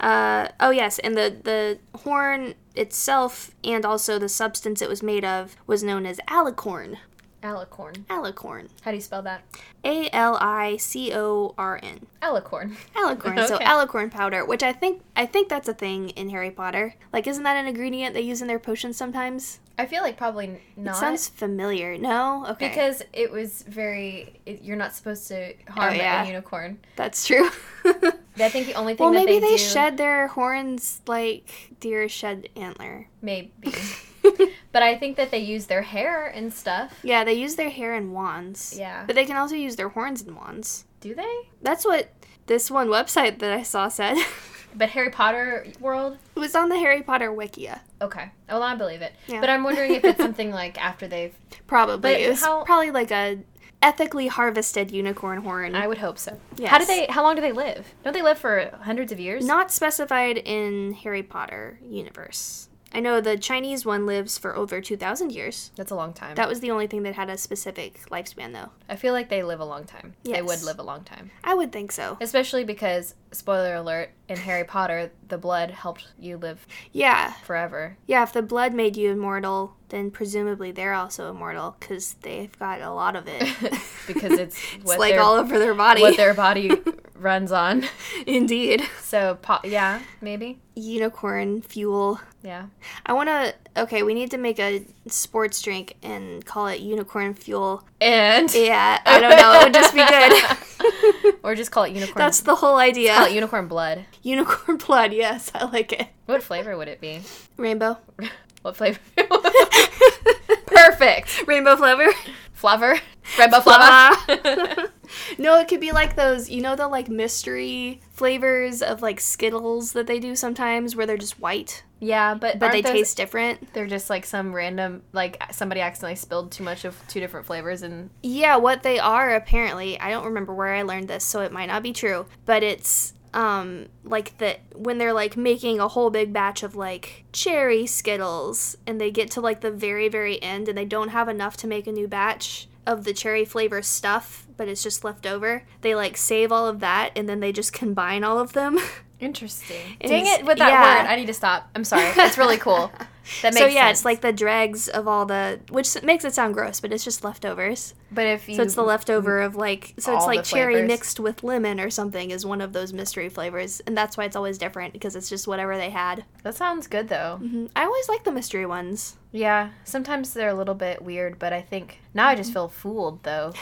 A: Uh, oh yes, and the the horn itself and also the substance it was made of was known as alicorn.
B: Alicorn.
A: Alicorn.
B: How do you spell that?
A: A L I C O R N.
B: Alicorn.
A: Alicorn. So
B: Okay.
A: alicorn powder, which I think I think that's a thing in Harry Potter. Like isn't that an ingredient they use in their potions sometimes?
B: I feel like probably not.
A: Sounds familiar. No? Okay.
B: because it was very. It, you're not supposed to harm
A: Oh, yeah.
B: a unicorn.
A: that's true.
B: I think the only thing
A: Well,
B: that
A: maybe
B: they,
A: they,
B: do,
A: shed their horns like deer shed antler.
B: Maybe. but I think that they use their hair and stuff.
A: Yeah, they use their hair in wands.
B: Yeah.
A: But they can also use their horns in wands.
B: Do they?
A: That's what this one website that I saw said.
B: But Harry Potter world?
A: it was on the Harry Potter Wikia.
B: Okay. Well, I believe it.
A: Yeah.
B: But I'm wondering if it's something like after they've.
A: Probably.
B: But
A: it was
B: how-
A: probably like a ethically harvested unicorn horn.
B: I would hope so. How do
A: Yes.
B: they? How long do they live? Don't they live for hundreds of years?
A: Not specified in Harry Potter universe. I know the Chinese one lives for over 2,000 years.
B: That's a long time.
A: That was the only thing that had a specific lifespan, though.
B: I feel like they live a long time. They would
A: Yes.
B: live a long time.
A: I would think so.
B: Especially because, spoiler alert, in Harry Potter, the blood helped you live
A: Yeah.
B: forever.
A: Yeah, if the blood made you immortal, then presumably they're also immortal because they've got a lot of it.
B: Because it's
A: It's
B: what,
A: like
B: their,
A: all over their body.
B: what their body runs on.
A: Indeed.
B: So, po- yeah, maybe.
A: Unicorn fuel.
B: Yeah.
A: I want to. Okay, we need to make a sports drink and call it unicorn fuel.
B: And.
A: Yeah, I don't know. It would just be good.
B: Or just call it unicorn.
A: That's the whole
B: call
A: idea.
B: it unicorn blood.
A: unicorn blood. Yes, I like it.
B: What flavor would it be?
A: Rainbow.
B: What flavor? Perfect.
A: Rainbow flavor.
B: Flavor. Rainbow flavor.
A: Flavor. No, it could be like those, you know, the like mystery flavors of like Skittles that they do sometimes where they're just white,
B: yeah, but
A: but
B: aren't
A: they
B: those-
A: taste different.
B: They're just like some random, like somebody accidentally spilled too much of two different flavors, and
A: Yeah, what they are apparently, I don't remember where I learned this, so it might not be true, but it's um like the when they're like making a whole big batch of like cherry Skittles and they get to like the very very end and they don't have enough to make a new batch of the cherry flavor stuff, but it's just left over. They like save all of that and then they just combine all of them.
B: interesting.
A: It
B: Dang
A: is-
B: it with that
A: yeah.
B: word! I need to stop. I'm sorry. It's really cool. That makes
A: so yeah,
B: sense.
A: it's like the dregs of all the, which s- makes it sound gross, but it's just leftovers.
B: but if you
A: So it's the leftover of like, so
B: All
A: it's
B: the
A: like cherry
B: flavors.
A: mixed with lemon or something is one of those mystery flavors, and that's why it's always different because it's just whatever they had.
B: that sounds good though.
A: Mhm. I always like the mystery ones.
B: Yeah, sometimes they're a little bit weird, but I think now I just
A: Mm-hmm.
B: feel fooled though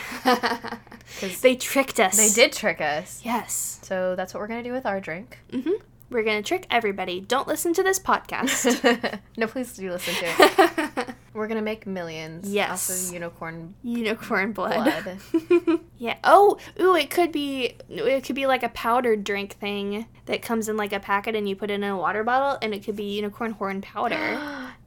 B: because
A: they tricked us.
B: they did trick us.
A: Yes,
B: So that's what we're gonna do with our drink.
A: we're gonna trick everybody. Don't listen to this podcast.
B: no, please do listen to it. We're gonna make millions.
A: Yes.
B: Off of unicorn
A: Unicorn blood.
B: blood.
A: yeah. Oh, ooh, it could be it could be like a powdered drink thing that comes in like a packet and you put it in a water bottle and it could be unicorn horn powder.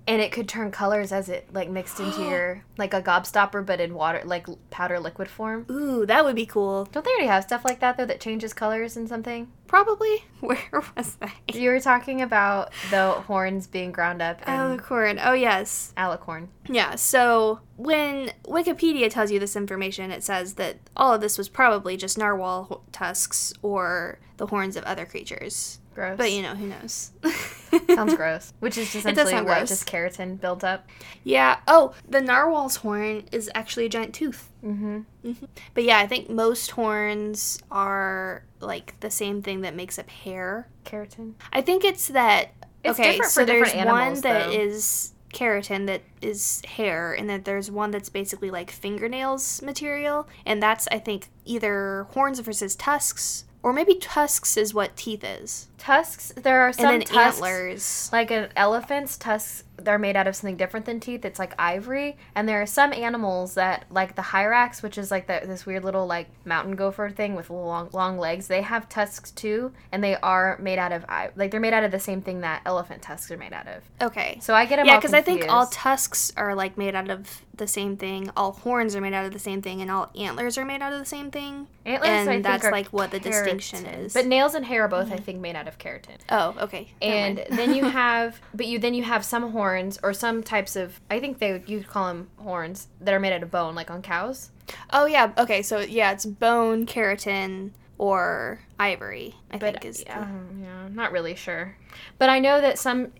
B: and it could turn colors as it like mixed into your like a gobstopper, but in water like l- powder liquid form.
A: Ooh, that would be cool.
B: Don't they already have stuff like that though that changes colors and something?
A: Probably. Where was I?
B: You were talking about the horns being ground up and
A: Alicorn. Oh, yes.
B: alicorn.
A: Yeah, so when Wikipedia tells you this information, it says that all of this was probably just narwhal ho- tusks or the horns of other creatures.
B: Gross.
A: But, you know, who knows?
B: sounds gross. Which is essentially
A: sound
B: what
A: gross.
B: just keratin built up.
A: Yeah. Oh, the narwhal's horn is actually a giant tooth.
B: Mm-hmm.
A: But yeah, I think most horns are like the same thing that makes up hair.
B: Keratin.
A: I think it's that.
B: It's
A: okay,
B: different
A: so
B: for different
A: there's
B: animals,
A: one that
B: though.
A: is keratin that is hair, and then there's one that's basically like fingernails material, and that's I think either horns versus tusks, or maybe tusks is what teeth is,
B: Tusks. There are some
A: and then
B: tusks.
A: antlers.
B: Like an elephant's tusks, they're made out of something different than teeth. It's like ivory, and there are some animals that, like the hyrax, which is like the, this weird little like mountain gopher thing with long long legs. They have tusks too, and they are made out of i- like they're made out of the same thing that elephant tusks are made out of.
A: Okay.
B: So I get them.
A: yeah,
B: because
A: because I think all tusks are like made out of the same thing. All horns are made out of the same thing, and all antlers are made out of the same thing.
B: antlers,
A: and
B: I think,
A: that's
B: are
A: like what the distinction
B: keratin.
A: is. Mm-hmm.
B: But nails and hair are both, I think, made out of keratin.
A: oh, okay. Never
B: and
A: mind.
B: then you have but you then you have some horns or some types of i think they you call them horns that are made out of bone like on cows
A: Oh yeah. Okay. So yeah, it's bone, keratin, or ivory. I
B: but
A: think is. mm-hmm. the-
B: um, yeah i'm not really sure but i know that some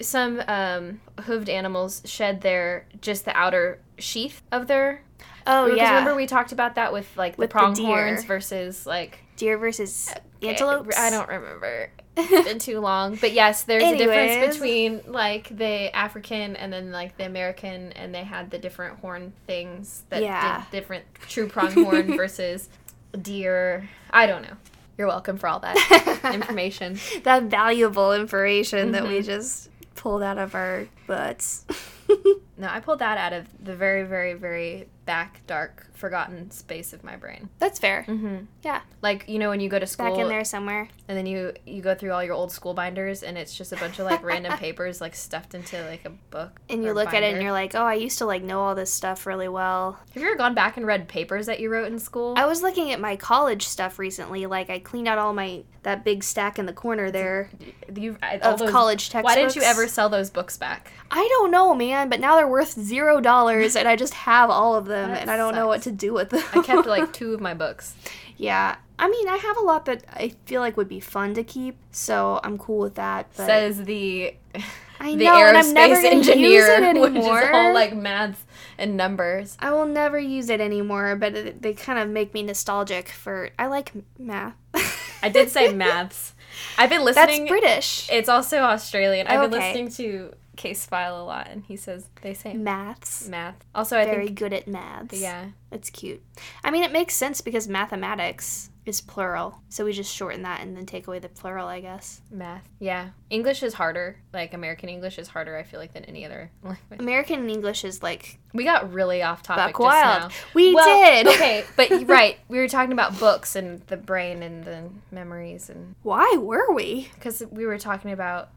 B: some um, hooved animals shed their just the outer sheath of their
A: Oh
B: because
A: yeah.
B: remember we talked about that with like the
A: With the
B: pronghorns
A: deer.
B: versus like
A: Deer versus antelopes.
B: I don't remember. It's been too long. But yes, there's a difference
A: Anyways.
B: between like the African and then like the American, and they had the different horn things that
A: Yeah.
B: did different true pronghorn versus deer. I don't know. You're welcome for all that information.
A: that valuable information that we just pulled out of our butts.
B: No, I pulled that out of the very, very, very back dark forgotten space of my brain.
A: That's fair. Mm-hmm. Yeah.
B: Like you know when you go to school
A: Back in there somewhere.
B: and then you you go through all your old school binders and it's just a bunch of like random papers like stuffed into like a book.
A: And you
B: or
A: look at it and
B: binder.
A: you're like, oh, I used to like know all this stuff really well.
B: Have you ever gone back and read papers that you wrote in school?
A: I was looking at my college stuff recently. Like I cleaned out all my that big stack in the corner there.
B: you I- all
A: of college
B: Why didn't you
A: textbooks?
B: ever sell those books back?
A: I don't know, man, but now they're worth zero dollars, and I just have all of them,
B: That
A: and I don't know what to
B: sucks.
A: do with them.
B: I kept like two of my books.
A: yeah. I mean, I have a lot that I feel like would be fun to keep, so I'm cool with that. But
B: Says the
A: I
B: the
A: know, and I'm never
B: aerospace
A: gonna
B: engineer,
A: use it
B: which is
A: anymore.
B: all like maths and numbers.
A: I will never use it anymore, but it, they kind of make me nostalgic for. I like m- math.
B: I did say maths. I've been
A: That's
B: listening.
A: British.
B: It's also Australian. I've been
A: Okay.
B: listening to Case File a lot, and he says they say
A: Maths.
B: math. Also, I
A: Very
B: think
A: good at maths.
B: yeah,
A: It's cute. I mean, it makes sense because mathematics is plural. So we just shorten that and then take away the plural, I guess.
B: math. Yeah, English is harder. Like American English is harder. I feel like than any other language.
A: American English is like
B: We got really off topic
A: buck
B: just
A: wild.
B: now.
A: We
B: Well,
A: did.
B: okay, but you're right, we were talking about books and the brain and the memories, and
A: Why were we?
B: because we were talking about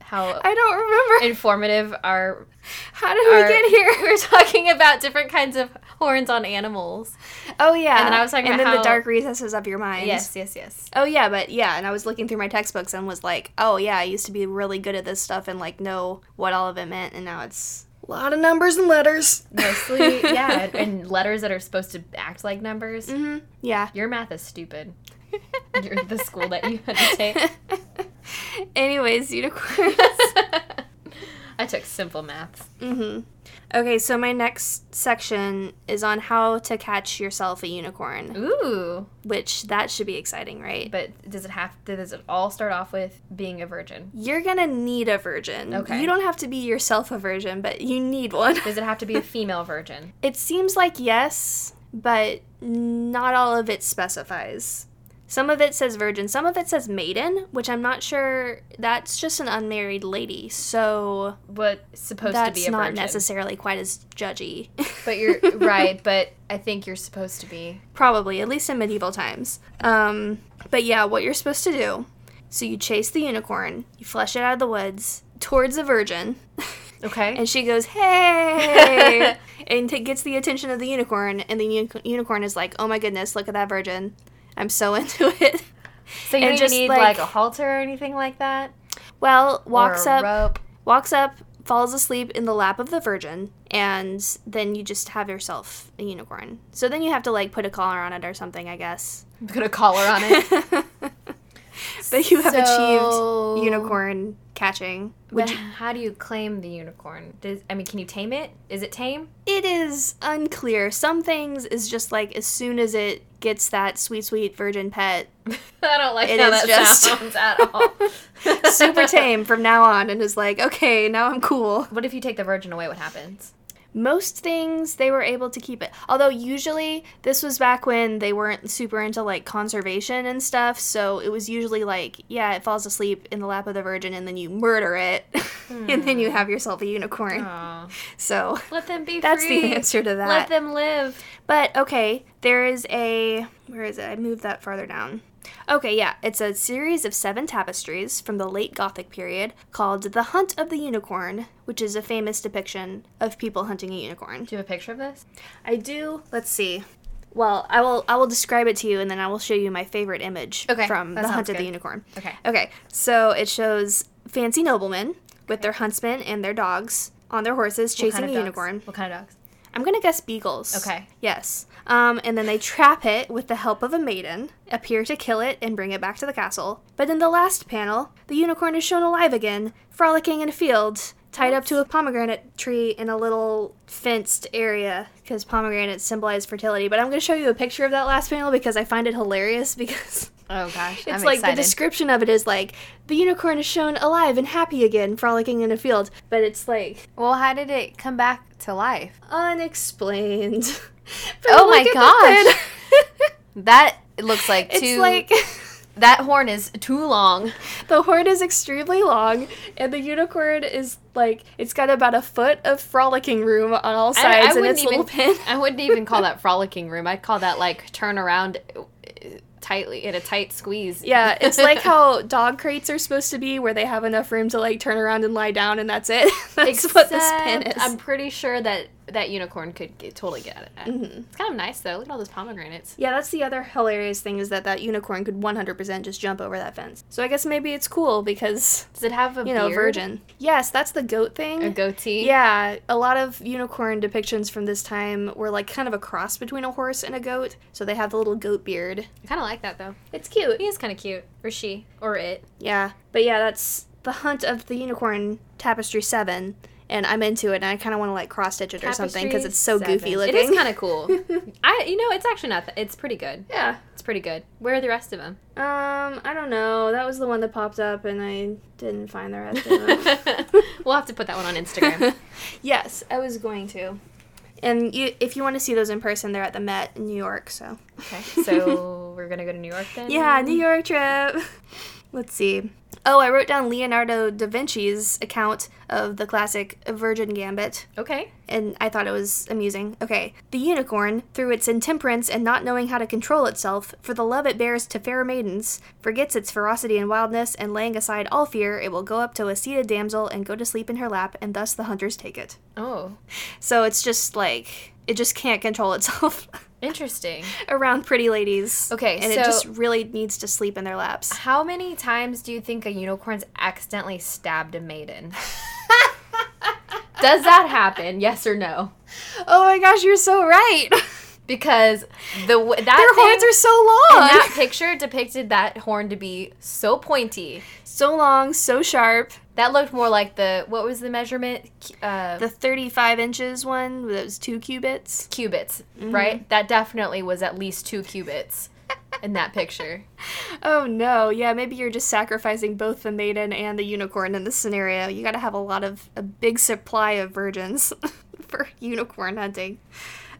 B: how
A: I don't remember.
B: informative our
A: How did we
B: our-
A: get here?
B: we were talking about different kinds of horns on animals.
A: Oh yeah.
B: And then I was talking
A: And
B: about
A: then the
B: how-
A: dark recesses of your mind.
B: Yes, yes, yes.
A: Oh yeah, but yeah, and I was looking through my textbooks and was like, oh yeah, I used to be really good at this stuff and like know what all of it meant, and now it's a lot of numbers and letters.
B: Mostly, yeah, and, and letters that are supposed to act like numbers.
A: hmm Yeah.
B: Your math is stupid. You're the school that you had to take.
A: Anyways, unicorns.
B: I took simple maths.
A: hmm Okay, so my next section is on how to catch yourself a unicorn,
B: Ooh,
A: which that should be exciting, right?
B: but does it have? Does it all start off with being a virgin?
A: You're gonna need a virgin.
B: Okay.
A: You don't have to be yourself a virgin, but you need one.
B: Does it have to be a female virgin?
A: It seems like yes, but not all of it specifies. Some of it says virgin, some of it says maiden, which I'm not sure. That's just an unmarried lady, so
B: What supposed to
A: that's
B: be a
A: not
B: virgin?
A: necessarily quite as judgy.
B: But you're right. But I think you're supposed to be.
A: probably at least in medieval times um, but yeah what you're supposed to do so you chase the unicorn you flush it out of the woods towards the virgin
B: Okay.
A: and she goes hey and t- gets the attention of the unicorn and the uni- unicorn is like oh my goodness look at that virgin i'm so into it
B: so you
A: and
B: don't
A: just,
B: even need
A: like-
B: like, a halter or anything like that.
A: well walks
B: or a
A: up
B: Rope.
A: walks up falls asleep in the lap of the virgin and then you just have yourself a unicorn so then you have to like put a collar on it or something i guess
B: Put a collar on it.
A: that you have
B: So-
A: achieved unicorn catching.
B: But how do you claim the unicorn? Does, I mean, can you tame it? Is it tame?
A: It is unclear. Some things is just like as soon as it gets that sweet, sweet virgin pet,
B: I don't like
A: It
B: how
A: is
B: that
A: just-
B: sounds at all.
A: super tame from now on, and is like, okay, now I'm cool.
B: What if you take the virgin away? What happens?
A: Most things they were able to keep it. Although usually this was back when they weren't super into like conservation and stuff, so it was usually like, yeah, it falls asleep in the lap of the virgin, and then you murder it, and then you have yourself a unicorn.
B: Oh,
A: So.
B: let them be.
A: That's
B: free.
A: the answer to that.
B: Let them live.
A: But okay, there is a where is it? I moved that farther down. Okay, yeah, it's a series of seven tapestries from the late Gothic period called The Hunt of the Unicorn, which is a famous depiction of people hunting a unicorn.
B: Do you have a picture of this?
A: I do, let's see. Well, I will I will describe it to you and then I will show you my favorite image
B: Okay,
A: from
B: that
A: The
B: sounds
A: Hunt of the
B: good.
A: Unicorn.
B: Okay.
A: Okay, so it shows fancy noblemen with their huntsmen and their dogs on their horses
B: What
A: chasing
B: kind of
A: a
B: dogs?
A: unicorn.
B: What kind of dogs?
A: I'm gonna guess beagles.
B: Okay.
A: Yes. Um, and then they trap it with the help of a maiden, appear to kill it, and bring it back to the castle. But in the last panel, the unicorn is shown alive again, frolicking in a field, tied up to a pomegranate tree in a little fenced area, because pomegranates symbolize fertility. But I'm gonna show you a picture of that last panel because I find it hilarious because.
B: Oh gosh,
A: It's like the description of it is like the unicorn is shown alive and happy again, frolicking in a field. But it's like
B: well, how did it come back to life?
A: unexplained. But
B: Oh my
A: look at the
B: gosh.
A: pin.
B: That looks like
A: it's like
B: That horn is too long.
A: The horn is extremely long, and the unicorn is like it's got about a foot of frolicking room on all
B: I, I
A: sides in
B: wouldn't
A: its
B: even.
A: little pin.
B: I wouldn't even call that frolicking room. I'd call that like turn around uh, tightly in a tight squeeze.
A: Yeah, it's like how dog crates are supposed to be, where they have enough room to like turn around and lie down, and that's it. that's what this pin
B: Except
A: is.
B: I'm pretty sure that that unicorn could get, totally get at it.
A: Mm-hmm.
B: It's kind of nice though. Look at all those pomegranates.
A: Yeah, that's the other hilarious thing is that that unicorn could 100% just jump over that fence. So I guess maybe it's cool because,
B: Does it have a
A: you know,
B: beard?
A: virgin. Yes, that's the goat thing.
B: A goatee.
A: Yeah, a lot of unicorn depictions from this time were like kind of a cross between a horse and a goat. So they have the little goat beard.
B: I kind of like that though.
A: It's cute.
B: He is kind of cute, or she, or it.
A: Yeah. But yeah, that's the hunt of the unicorn tapestry 7 and I'm into it and I kind of want to like cross stitch it or something cuz
B: Tapestry
A: it's so
B: seven.
A: goofy looking.
B: It is kind of cool. I, you know, it's actually not. That, it's pretty good.
A: Yeah.
B: It's pretty good. Where are the rest of them?
A: Um, I don't know. That was the one that popped up and I didn't find the rest of them.
B: we'll have to put that one on Instagram.
A: Yes, I was going to. And you, if you want to see those in person, they're at the Met in New York. So
B: okay. So we're gonna go to New York then.
A: yeah, New York trip. Let's see. Oh, I wrote down Leonardo da Vinci's account of the classic Virgin Gambit,
B: Okay.
A: and I thought it was amusing. Okay. The unicorn, through its intemperance and not knowing how to control itself, for the love it bears to fair maidens, forgets its ferocity and wildness, and laying aside all fear, it will go up to a seated damsel and go to sleep in her lap, and thus the hunters take it.
B: Oh,
A: So it's just like it just can't control itself
B: interesting.
A: around pretty ladies.
B: Okay,
A: and it
B: so-
A: just really needs to sleep in their laps.
B: How many times do you think a unicorn's accidentally stabbed a maiden? Does that happen? Yes or no?
A: Oh my gosh, you're so right.
B: Because the w- that
A: Their
B: thing,
A: horns are so
B: and
A: long.
B: that picture depicted that horn to be so pointy.
A: so long, so sharp.
B: That looked more like the what was the measurement? Cu- Uh,
A: The 35 inches one, that was two cubits.
B: cubits,
A: Mm-hmm.
B: right? That definitely was at least two cubits in that picture.
A: Oh no, yeah, maybe you're just sacrificing both the maiden and the unicorn in this scenario. You gotta have a lot of a big supply of virgins for unicorn hunting.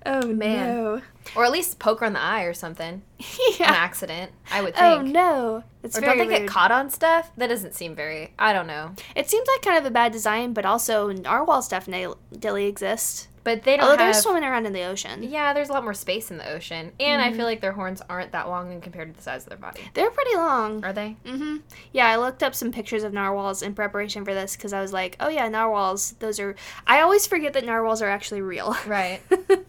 A: Oh
B: Man.
A: no.
B: Or at least poke her in the eye or something.
A: yeah.
B: An accident, I would think.
A: Oh no. It's
B: Or
A: very
B: don't they get
A: rude.
B: caught on stuff? That doesn't seem very. I don't know.
A: It seems like kind of a bad design, but also narwhals definitely exist.
B: But they don't
A: Although they're
B: have.
A: swimming around in the ocean.
B: yeah, there's a lot more space in the ocean, and
A: Mm-hmm.
B: I feel like their horns aren't that long in compared to the size of their body.
A: They're pretty long.
B: Are they?
A: hmm Yeah, I looked up some pictures of narwhals in preparation for this because I was like, oh yeah, narwhals. Those are. I always forget that narwhals are actually real.
B: Right.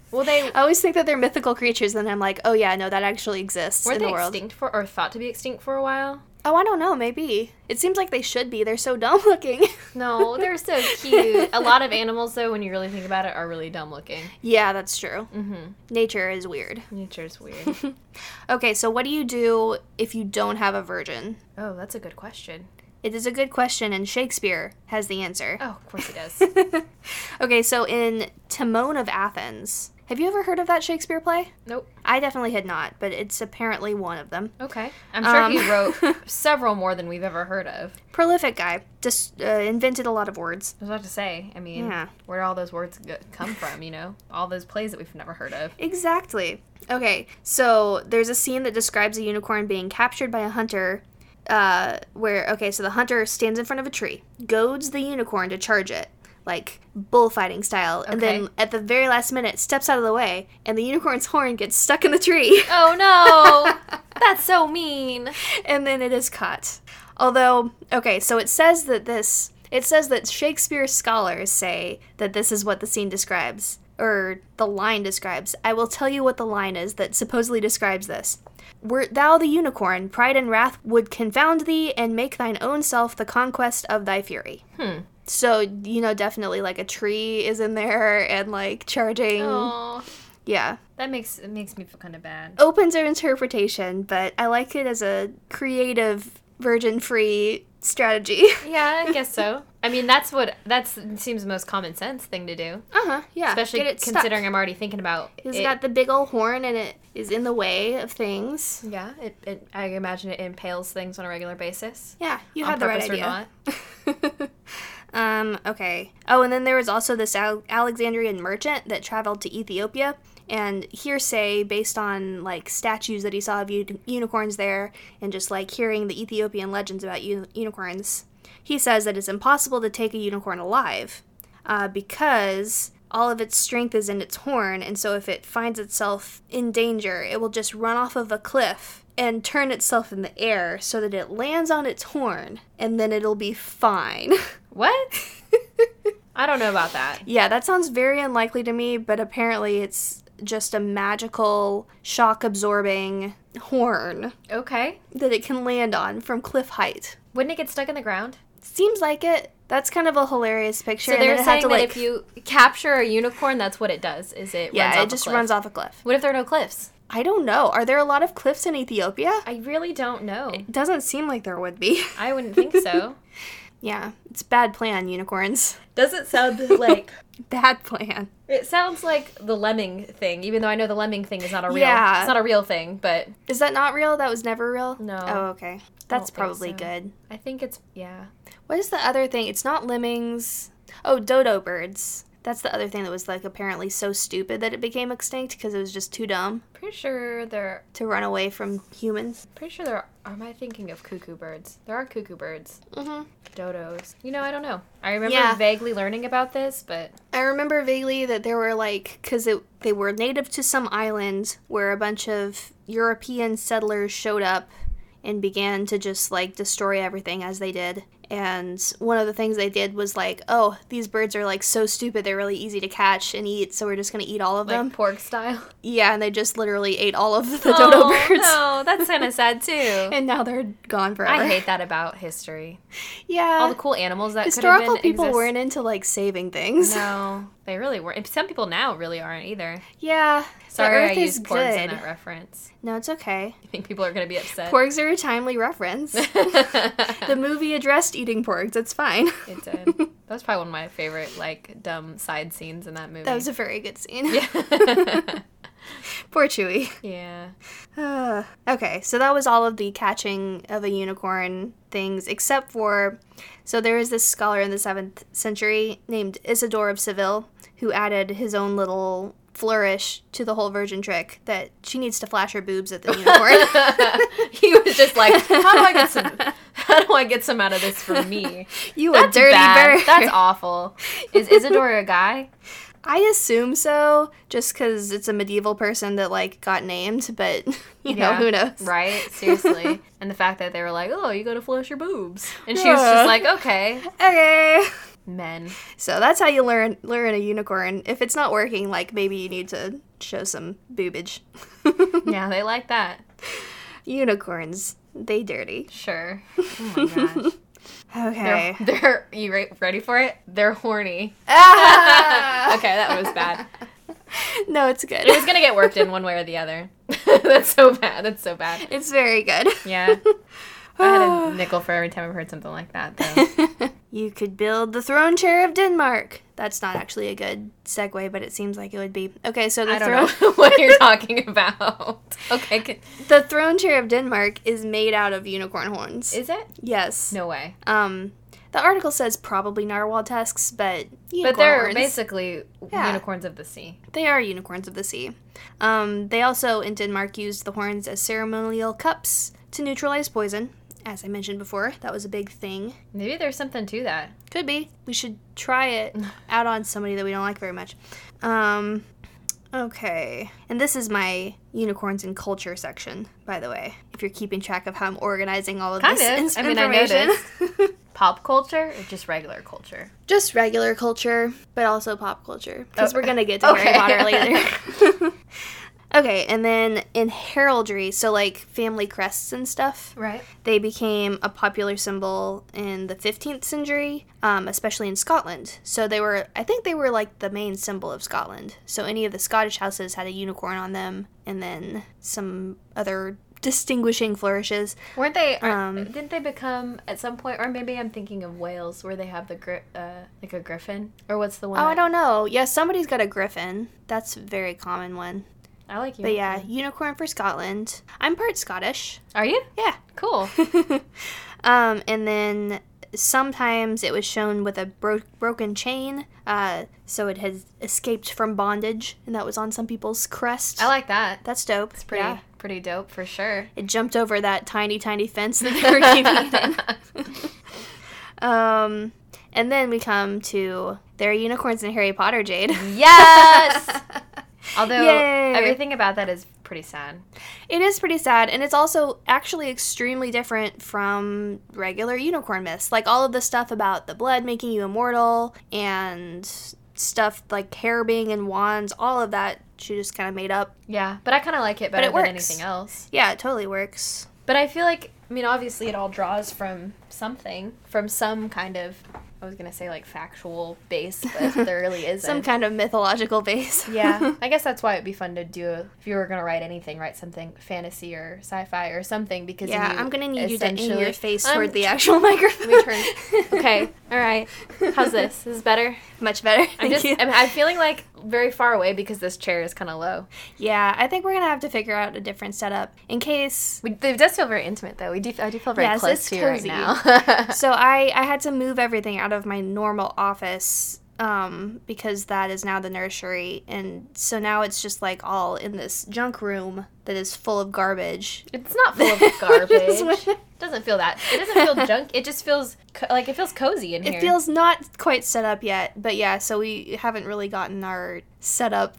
B: Well, they
A: I always think that they're mythical creatures, and I'm like, oh yeah, no, that actually exists
B: were
A: in the
B: they
A: world.
B: extinct for or thought to be extinct for a while.
A: Oh, I don't know, maybe. It seems like they should be. They're so dumb looking.
B: No, they're so cute. a lot of animals, though, when you really think about it, are really dumb looking.
A: yeah, that's true.
B: Mm-hmm.
A: Nature is weird.
B: Nature's weird.
A: Okay, so what do you do if you don't have a virgin?
B: oh, that's a good question.
A: It is a good question, and Shakespeare has the answer.
B: Oh, of course it does.
A: okay, so in Timon of Athens, have you ever heard of that Shakespeare play?
B: nope.
A: I definitely had not, but it's apparently one of them.
B: Okay. I'm sure
A: Um,
B: he wrote several more than we've ever heard of.
A: Prolific guy, just uh, invented a lot of words.
B: I was about to say, I mean,
A: Yeah.
B: where do all those words go- come from, you know? All those plays that we've never heard of.
A: Exactly. Okay, so there's a scene that describes a unicorn being captured by a hunter. Uh, where okay, so the hunter stands in front of a tree, goads the unicorn to charge it, like bullfighting style, and then
B: Okay.
A: at the very last minute steps out of the way, and the unicorn's horn gets stuck in the tree.
B: Oh no! That's so mean.
A: and then it is cut. Although, okay, so it says that this it says that Shakespeare scholars say that this is what the scene describes or the line describes. I will tell you what the line is that supposedly describes this. Wert thou the unicorn, pride and wrath would confound thee and make thine own self the conquest of thy fury. Hmm. So, you know, definitely like a tree is in there and like charging.
B: Oh,
A: Yeah
B: that makes it makes me feel kind of bad.
A: open to interpretation, but I like it as a creative, virgin free strategy.
B: Yeah, I guess so. I mean, that's what that seems the most common sense thing to do,
A: Uh huh, yeah.
B: especially
A: Get it stuck.
B: considering I'm already thinking about
A: It's
B: it.
A: got the big old horn and it is in the way of things.
B: yeah, it, it, I imagine it impales things on a regular basis.
A: Yeah, you
B: on
A: had the right
B: purpose or
A: idea.
B: not.
A: um, okay. Oh, and then there was also this Al- Alexandrian merchant that traveled to Ethiopia and hearsay based on like statues that he saw of u- unicorns there and just like hearing the Ethiopian legends about u- unicorns. He says that it's impossible to take a unicorn alive uh, because all of its strength is in its horn, and so if it finds itself in danger, it will just run off of a cliff and turn itself in the air so that it lands on its horn and then it'll be fine.
B: What? I don't know about that.
A: yeah, that sounds very unlikely to me, but apparently it's just a magical, shock absorbing horn
B: Okay.
A: that it can land on from cliff height.
B: Wouldn't it get stuck in the ground?
A: Seems like it. That's kind of a hilarious picture.
B: So
A: and then
B: they're
A: it had
B: saying
A: to,
B: that
A: like-
B: if you capture a unicorn, that's what it does. Is it? runs
A: yeah,
B: off
A: it
B: a
A: just
B: cliff.
A: runs off a cliff.
B: What if there are no cliffs?
A: I don't know. Are there a lot of cliffs in Ethiopia?
B: I really don't know.
A: Doesn't seem like there would be.
B: I wouldn't think so.
A: yeah, it's bad plan, unicorns.
B: Does it sound like?
A: Bad plan.
B: It sounds like the lemming thing, even though I know the lemming thing is not a real.
A: Yeah.
B: It's not a real thing, but
A: Is that not real? That was never real?
B: No.
A: Oh, okay. That's
B: think
A: probably
B: so.
A: good.
B: I think it's yeah.
A: What is the other thing? It's not lemmings. Oh, dodo birds. That's the other thing that was like apparently so stupid that it became extinct because it was just too dumb
B: Pretty sure there.
A: to run away from humans.
B: Pretty sure there. Are, am I thinking of cuckoo birds? There are cuckoo birds.
A: Mm-hmm.
B: Dodos. You know, I don't know. I remember
A: Yeah.
B: vaguely learning about this, but
A: I remember vaguely that there were like because they were native to some island where a bunch of European settlers showed up and began to just like destroy everything as they did. And one of the things they did was like, oh, these birds are like so stupid; they're really easy to catch and eat, so we're just gonna eat all of
B: like
A: them.
B: pork style.
A: Yeah, and they just literally ate all of Um. the dodo birds.
B: Oh, No, that's kind of sad too.
A: And now they're gone forever.
B: I hate that about history.
A: Yeah.
B: All the cool animals that could have
A: historical
B: been
A: people
B: exist-
A: weren't into like saving things.
B: No, they really weren't. And Some people now really aren't either.
A: Yeah.
B: Sorry,
A: the
B: I
A: earth is
B: used porgs in
A: good.
B: that reference.
A: No, it's okay.
B: I think people are gonna be upset.
A: Porgs are a timely reference. the movie addressed eating porgs. It's fine.
B: It did. That was probably one of my favorite, like, dumb side scenes in that movie.
A: That was a very good scene.
B: yeah.
A: Poor Chewie.
B: yeah.
A: Uh, okay, so that was all of the catching of a unicorn things, except for. So there is this scholar in the 7th century named Isidore of Seville who added his own little flourish to the whole virgin trick that she needs to flash her boobs at the unicorn.
B: he was just like, how do I get some? How do I get some out of this for me?
A: you a
B: That's
A: dirty
B: bad.
A: bird.
B: That's awful. Is Isadora a guy?
A: I assume so, just because it's a medieval person that, like, got named, but, you know, who knows?
B: Right? Seriously. and the fact that they were like, oh, you gotta flush your boobs. And she was just
A: Yeah.
B: like, okay.
A: Okay.
B: Men.
A: So that's how you learn learn a unicorn. If it's not working, like maybe you need to show some boobage.
B: Yeah, they like that.
A: Unicorns, they dirty.
B: Sure. Oh my gosh.
A: Okay.
B: They're, they're you re- ready for it? They're horny.
A: Ah!
B: okay, that was bad.
A: no, it's good.
B: It was gonna get worked in one way or the other. That's so bad. That's so bad.
A: It's very good.
B: Yeah. I had a nickel for every time I've heard something like that. Though.
A: You could build the throne chair of Denmark. That's not actually a good segue, but it seems like it would be. Okay, so the
B: I
A: throne
B: don't know what you're talking about. Okay, c-
A: the throne chair of Denmark is made out of unicorn horns.
B: is it?
A: yes.
B: No way.
A: Um, the article says probably narwhal tusks, but unicorn
B: But they're
A: horns.
B: basically
A: Yeah.
B: unicorns of the sea.
A: They are unicorns of the sea. Um, they also, in Denmark, used the horns as ceremonial cups to neutralize poison. As I mentioned before, that was a big thing.
B: Maybe there's something to that.
A: Could be. We should try it out on somebody that we don't like very much. Um, okay. And this is my unicorns and culture section, by the way, if you're keeping track of how I'm organizing all of
B: Kind
A: this
B: of.
A: ins-
B: I mean, I
A: information.
B: Pop culture or just regular culture?
A: Just regular culture, but also pop culture. Because
B: Oh,
A: we're going to get to
B: okay.
A: Harry Potter later. okay, and then in heraldry, so like family crests and stuff,
B: Right.
A: they became a popular symbol in the 15th century, um, especially in Scotland. So they were, I think they were like the main symbol of Scotland. So any of the Scottish houses had a unicorn on them, and then some other distinguishing flourishes.
B: Weren't they? are-
A: Um,
B: didn't they become at some point? Or maybe I'm thinking of Wales, where they have the gri- uh, like a griffin, or what's the one?
A: Oh, I
B: that-
A: don't know. Yeah, somebody's got a griffin. That's a very common one.
B: I like you.
A: But yeah, unicorn for Scotland. I'm part Scottish.
B: Are you?
A: Yeah.
B: Cool.
A: um, and then Sometimes it was shown with a bro- broken chain, uh, so it has escaped from bondage, and that was on some people's crest.
B: I like that. That's
A: That's dope. It's
B: pretty pretty dope for sure.
A: It jumped over that tiny, tiny fence that they were keeping it in. Um, and then we come to there are unicorns in Harry Potter, Jade.
B: Yes. Although
A: Yay.
B: everything about that is pretty sad.
A: It is pretty sad, and it's also actually extremely different from regular unicorn myths. Like all of the stuff about the blood making you immortal and stuff like hair being in wands, all of that she just kind of made up.
B: Yeah, but I kind of like it better
A: it
B: than
A: works.
B: anything else.
A: Yeah, it totally works.
B: But I feel like I mean obviously it all draws from something, from some kind of I was going to say like factual base, but there really isn't.
A: Some kind of mythological base.
B: yeah, I guess that's why it'd be fun to do a, if you were gonna write anything, write something fantasy or sci-fi or something because
A: yeah,
B: you
A: I'm gonna need you to in your
B: essentially-
A: face
B: I'm-
A: toward the actual microphone.
B: Let me turn. Okay, all right. How's this? This is better.
A: Much better.
B: I'm
A: Thank
B: just.
A: you.
B: I'm, I'm feeling like very far away because this chair is kind of low.
A: yeah, I think we're gonna have to figure out a different setup in case
B: We, it does feel very intimate though. We do. I do feel very
A: Yes,
B: close
A: it's
B: to you right
A: cozy.
B: now.
A: so I, I had to move everything out of my normal office um, because that is now the nursery. And so now it's just like all in this junk room that is full of garbage.
B: it's not full of
A: Just
B: garbage.
A: when-
B: doesn't feel that. It doesn't feel junk. It just feels co- like it feels cozy in here.
A: It feels not quite set up yet, but yeah, so we haven't really gotten our setup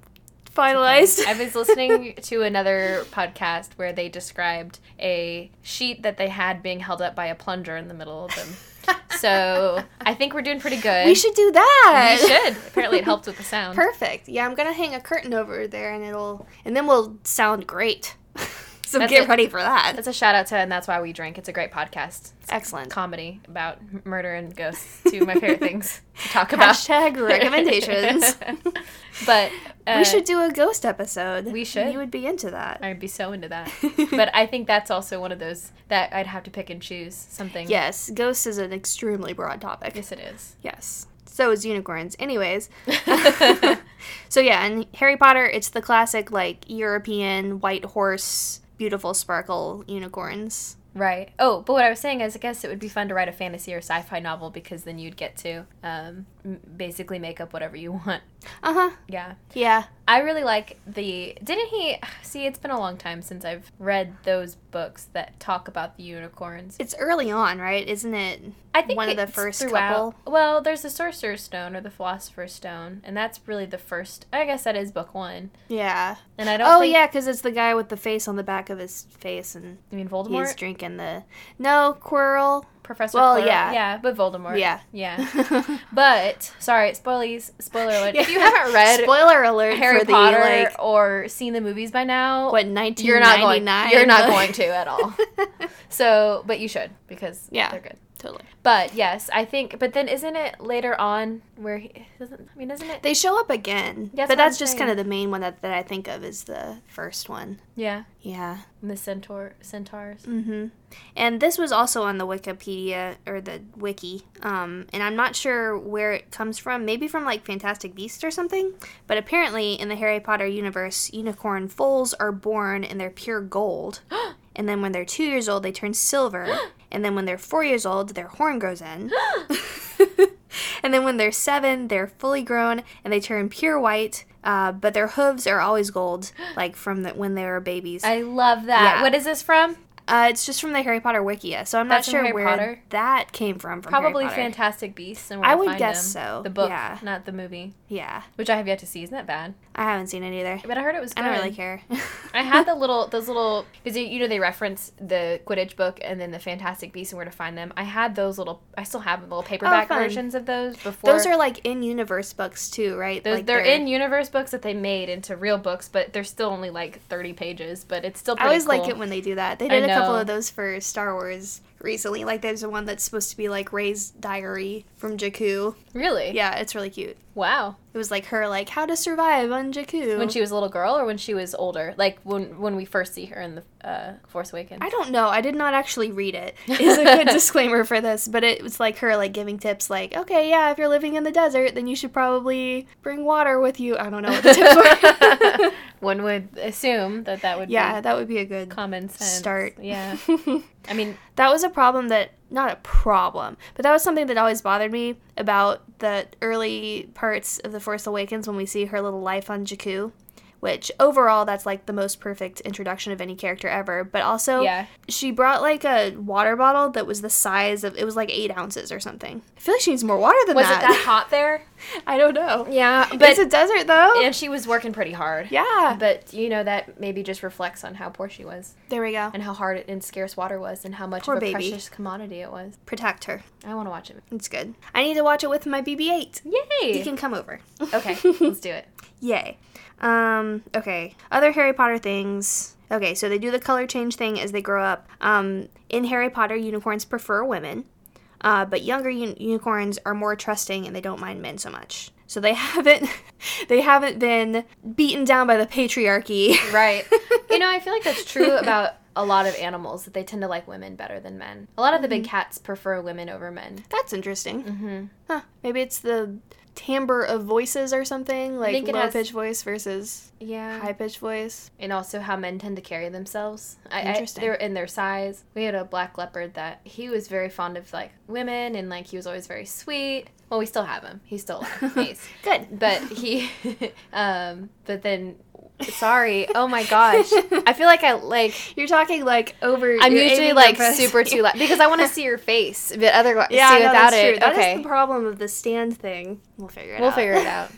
A: finalized.
B: I was listening to another podcast where they described a sheet that they had being held up by a plunger in the middle of them. So I think we're doing pretty good.
A: we should do
B: We
A: that.
B: should. Apparently, it helped with the sound.
A: Perfect. Yeah, I'm gonna hang a curtain over there, and it'll, and then we'll sound great. so
B: That's
A: get
B: it.
A: ready for that.
B: That's a shout out to, and that's why we drink. It's a great podcast. It's
A: Excellent.
B: comedy about m- murder and ghosts. Two of my favorite things to talk about.
A: Hashtag recommendations.
B: but uh,
A: we should do a ghost episode.
B: we should.
A: You would be into that.
B: I'd be so into that. but I think that's also one of those that I'd have to pick and choose something.
A: yes, ghosts is an extremely broad topic. Yes.
B: Yes, it is.
A: So is unicorns. Anyways. so yeah, and Harry Potter, it's the classic like European white horse, beautiful sparkle unicorns.
B: Right. Oh, but what I was saying is, I guess it would be fun to write a fantasy or sci-fi novel because then you'd get to um, m- basically make up whatever you want.
A: Uh-huh.
B: Yeah.
A: Yeah.
B: I really like the. Didn't he? See, it's been a long time since I've read those books that talk about the unicorns.
A: It's early on, right? Isn't it?
B: I think
A: one of the
B: it's
A: first
B: throughout- Well, there's the Sorcerer's Stone or the Philosopher's Stone, and that's really the first. I guess that is book one.
A: Yeah.
B: And I don't.
A: Oh
B: think,
A: yeah, cuz it's the guy with the face on the back of his face and
B: You mean
A: he's
B: Voldemort?
A: drinking the No, Quirrell.
B: Professor.
A: well,
B: Quirrell?
A: yeah.
B: Yeah, but Voldemort.
A: Yeah.
B: Yeah. But sorry, spoilies. Spoiler alert. If you haven't read
A: spoiler alert
B: Harry
A: for the,
B: Potter
A: like,
B: or seen the movies by now,
A: what 1999
B: you're not going. You're not going to at all. So, but you should because
A: Yeah.
B: they're good.
A: totally
B: But yes, I think. But then isn't it later on where he doesn't? I mean, isn't it?
A: they show up again
B: That's
A: but
B: what I'm
A: that's just
B: saying.
A: kind of the main one that, that i think of is the first one
B: Yeah,
A: yeah
B: and the centaur, centaurs.
A: mm-hmm. and this was also on the wikipedia or the wiki um, and i'm not sure where it comes from maybe from like fantastic beasts or something but apparently in the harry potter universe unicorn foals are born and they're pure gold and then when they're two years old they turn silver and then when they're four years old their horn grows in and then when they're seven, they're fully grown and they turn pure white. Uh, but their hooves are always gold, like from the, when they were babies.
B: I love that.
A: Yeah.
B: What is this from?
A: uh, it's just from the Harry Potter wikia, so I'm not
B: That's from
A: sure
B: Harry
A: where
B: Potter?
A: that came from. from Harry
B: Probably
A: Potter.
B: Fantastic Beasts. And where
A: I
B: to
A: would
B: find
A: guess
B: them.
A: so,
B: The book,
A: yeah.
B: not the movie,
A: Yeah,
B: which I have yet to see. Isn't that bad?
A: I haven't seen it either.
B: But I heard it was. Good.
A: I don't really care.
B: I had the little, those little, because you know they reference the Quidditch book and then the Fantastic Beasts and where to find them. I had those little. I still have the little paperback
A: Oh, fun.
B: versions of those before.
A: Those are like in-universe books too, right?
B: Those,
A: like
B: they're, in universe books that they made into real books, but they're still only like thirty pages. But it's still.
A: I
B: Pretty
A: always
B: cool.
A: like it when they do that. They
B: I
A: did a couple
B: know.
A: of those for Star Wars recently. Like there's the one that's supposed to be like Ray's diary from Jakku.
B: Really?
A: Yeah, it's really cute.
B: Wow.
A: It was like her like how to survive on Jakku.
B: When she was a little girl, or when she was older, like when when we first see her in the uh, Force Awakens.
A: I don't know. I did not actually read it. Is a good disclaimer for this, but it was like her like giving tips like, okay, yeah, if you're living in the desert, then you should probably bring water with you. I don't know what the tips were.
B: One would assume that that would
A: Yeah,
B: be
A: that would be a good
B: common sense.
A: start.
B: Yeah. I mean,
A: That was a problem that not a problem, but that was something that always bothered me about the early parts of The Force Awakens when we see her little life on Jakku, which overall that's like the most perfect introduction of any character ever. But also,
B: Yeah.
A: she brought like a water bottle that was the size of it was like eight ounces or something. I feel like she needs more water than
B: was it
A: that.
B: that hot there?
A: I don't know.
B: Yeah,
A: it's a desert though.
B: and she was working pretty hard.
A: yeah,
B: But you know that maybe just reflects on how poor she was
A: there we go.
B: and how hard and scarce water was and how much
A: Poor
B: of
A: baby.
B: a precious commodity it was.
A: Protect her.
B: I want to watch it.
A: It's good. I need to watch it with my BB-8.
B: Yay!
A: You can come over.
B: okay, let's do it.
A: Yay. Um, okay. Other Harry Potter things. Okay, so they do the color change thing as they grow up. Um, in Harry Potter, unicorns prefer women, uh, but younger un- unicorns are more trusting and they don't mind men so much. So they haven't, they haven't been beaten down by the patriarchy.
B: Right. you know, I feel like that's true about a lot of animals that they tend to like women better than men. A lot of the
A: Mm-hmm.
B: big cats prefer women over men.
A: That's interesting. Mm-hmm. Huh. Maybe it's the timbre of voices or something, like
B: think it
A: low
B: has-
A: pitched voice versus
B: Yeah.
A: high pitched voice.
B: and also how men tend to carry themselves. I,
A: Interesting.
B: I, they're in their size. We had a black leopard that he was very fond of like women and like he was always very sweet. Well, we still have him. He's still alive. Ace.
A: Good.
B: but he, um, but then, sorry. Oh my gosh. I feel like I like.
A: You're talking like over.
B: I'm
A: you're
B: usually
A: aiming
B: like
A: your fist.
B: super too loud because I want to see your face, but otherwise,
A: Yeah,
B: see,
A: I know,
B: without
A: that's
B: it,
A: true. That is
B: okay,
A: the problem of the stand thing. We'll figure it
B: we'll
A: out.
B: figure it out.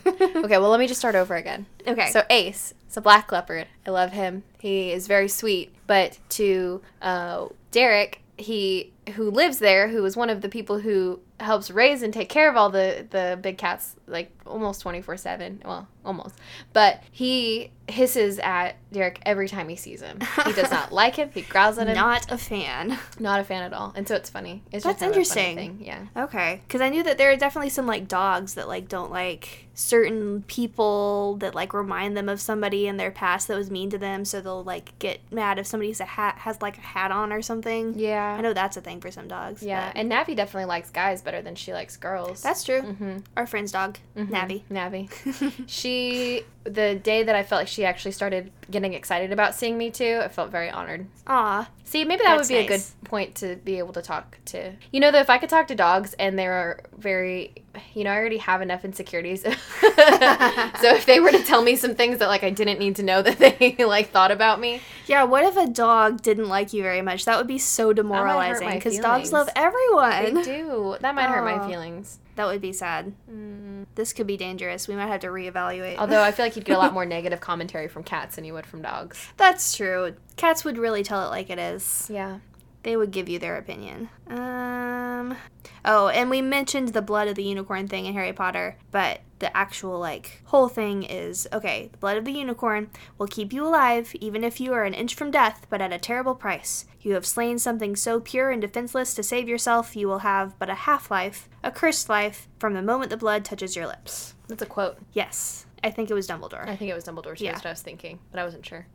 B: okay, well, let me just start over again.
A: Okay.
B: So Ace, it's a black leopard. I love him. He is very sweet. But to uh, Derek, he who lives there, who is one of the people who helps raise and take care of all the the big cats, like almost twenty four seven. Well, almost. But he hisses at Derek every time he sees him. He does not like him. He growls at him. Not,
A: Not a fan.
B: a fan at all. And so it's funny. It's
A: That's
B: just kind of a funny
A: interesting.
B: thing. Yeah.
A: Okay, because I knew that there are definitely some like dogs that like don't like certain people that like remind them of somebody in their past that was mean to them, so they'll like get mad if somebody's a hat has like a hat on or something.
B: Yeah.
A: I know that's a thing for some dogs.
B: Yeah,
A: but-
B: and Navi definitely likes guys better than she likes girls.
A: that's true.
B: hmm
A: Our friend's dog, Navi.
B: Navi. mm-hmm. She the day that I felt like she actually started getting excited about seeing me too, I felt very honored.
A: Aw,
B: See, maybe that
A: That's
B: would be
A: nice.
B: a good point to be able to talk to. You know, though, if I could talk to dogs and they are very, you know, I already have enough insecurities. so if they were to tell me some things that like I didn't need to know that they like thought about me,
A: yeah. What if a dog didn't like you very much? That would be so demoralizing
B: my
A: because dogs
B: feelings.
A: love everyone.
B: they do. That might hurt
A: Aw.
B: my feelings.
A: That would be sad. This could be dangerous. We might have to reevaluate.
B: Mm. Although I feel like you'd get a lot more negative commentary from cats than you would from dogs.
A: that's true. Cats would really tell it like it is.
B: Yeah.
A: They would give you their opinion. Um Oh, and we mentioned the blood of the unicorn thing in Harry Potter, but the actual like whole thing is okay, the blood of the unicorn will keep you alive even if you are an inch from death, but at a terrible price. You have slain something so pure and defenseless to save yourself, you will have but a half-life, a cursed life from the moment the blood touches your lips.
B: That's a quote.
A: Yes. I think it was Dumbledore.
B: I think it was Dumbledore's
A: Yeah.
B: yeah. what I was thinking, but I wasn't sure.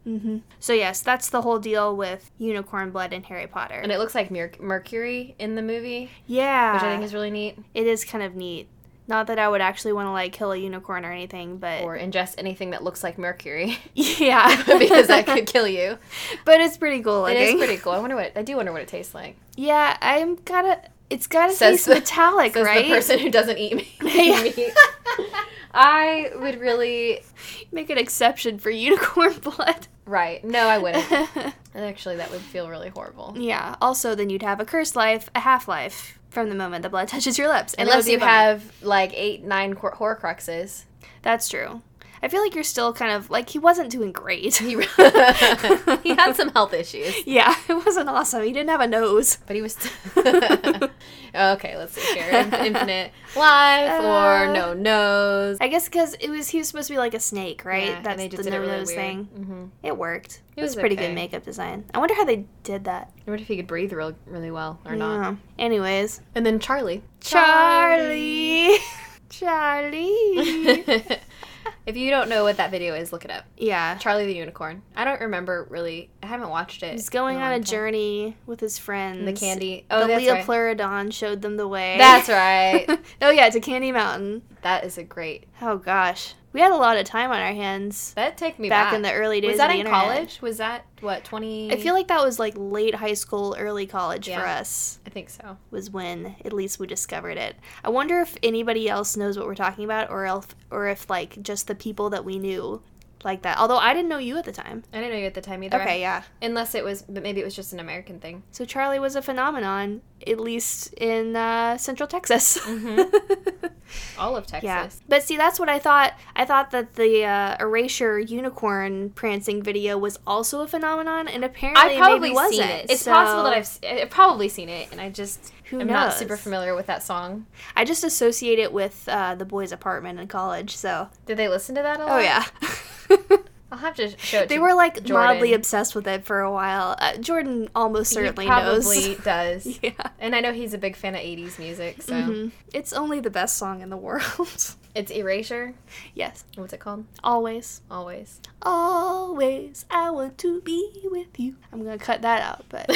A: So yes, that's the whole deal with unicorn blood in Harry Potter.
B: And it looks like Mer- Mercury in the movie,
A: yeah,
B: which I
A: Ah.
B: think is really neat.
A: it is kind of neat. Not that I would actually want to like kill a unicorn or anything, but
B: Or ingest anything that looks like Mercury
A: yeah,
B: because that could kill you.
A: but it's pretty cool
B: It
A: looking.
B: is pretty cool. I wonder what I do wonder what it tastes like.
A: Yeah, I'm gotta. It's gotta
B: Says
A: taste
B: the-
A: metallic,
B: Says
A: right?
B: the person who doesn't eat me.
A: Yeah.
B: meat. I would really
A: Make an exception for unicorn blood.
B: right. No, I wouldn't. Actually, that would feel really horrible.
A: yeah. Also, then you'd have a cursed life, a half life from the moment the blood touches your lips, and it would
B: Unless
A: be
B: you
A: a bummer.
B: have like eight, nine cor- Horcruxes.
A: That's true. I feel like you're still kind of like he wasn't doing great.
B: He, he had some health issues.
A: yeah, it wasn't awesome. He didn't have a nose.
B: But he was. okay, let's see here. In- Infinite life
A: Uh.
B: or no nose.
A: I guess because it was he was supposed to be like a snake, right?
B: Yeah, and
A: That's
B: they just
A: the
B: did it
A: no
B: really
A: nose
B: weird.
A: thing.
B: Mhm.
A: It worked. It was
B: was
A: pretty good
B: okay.
A: makeup design. I wonder how they did that.
B: I wonder if he could breathe real, really well or not.
A: Yeah. Anyways,
B: And then Charlie.
A: Charlie, Charlie.
B: if you don't know what that video is, look it up.
A: yeah,
B: Charlie the Unicorn. I don't remember really. I haven't watched it.
A: he's going
B: in
A: on a
B: long time.
A: journey with his friends.
B: The candy.
A: Oh,
B: Oh,
A: the
B: that's right.
A: Leopleurodon showed them the way.
B: That's right.
A: oh yeah, to Candy Mountain.
B: that is a great.
A: Oh gosh, We had a lot of time on our hands.
B: That'd take me
A: Back
B: back,
A: in the early days
B: Was that
A: of the
B: in
A: internet.
B: college? Was that what twenty?
A: I feel like that was like late high school, early college for
B: Yeah.
A: us.
B: I think so.
A: was when at least we discovered it. I wonder if anybody else knows what we're talking about or if or if like just the people that we knew like that. Although I didn't know you at the time.
B: I didn't know you at the time either.
A: Okay, yeah.
B: Unless it was, but maybe it was just an American thing.
A: So Charlie was a phenomenon at least in uh, Central Texas.
B: Mm-hmm. All of Texas.
A: yeah. But see that's what I thought. I thought that the uh, Erasure unicorn prancing video was also a phenomenon and apparently
B: I've probably
A: maybe wasn't.
B: seen it. It's
A: So,
B: possible that I've, s- I've probably seen it, and I just
A: Who
B: am not
A: knows?
B: super familiar with that song.
A: I just associate it with uh, the boys apartment in college, so
B: Did they listen to that a
A: Oh
B: lot?
A: yeah.
B: I'll have to show it.
A: They
B: to
A: were like
B: Jordan.
A: mildly obsessed with it for a while. Uh, Jordan almost
B: He
A: certainly
B: probably
A: knows.
B: does.
A: yeah.
B: And I know he's a big fan of 80s music, so
A: Mhm. It's only the best song in the world.
B: it's Erasure.
A: yes.
B: What's it called?
A: Always.
B: Always.
A: Always I want to be with you. I'm going to cut that out, but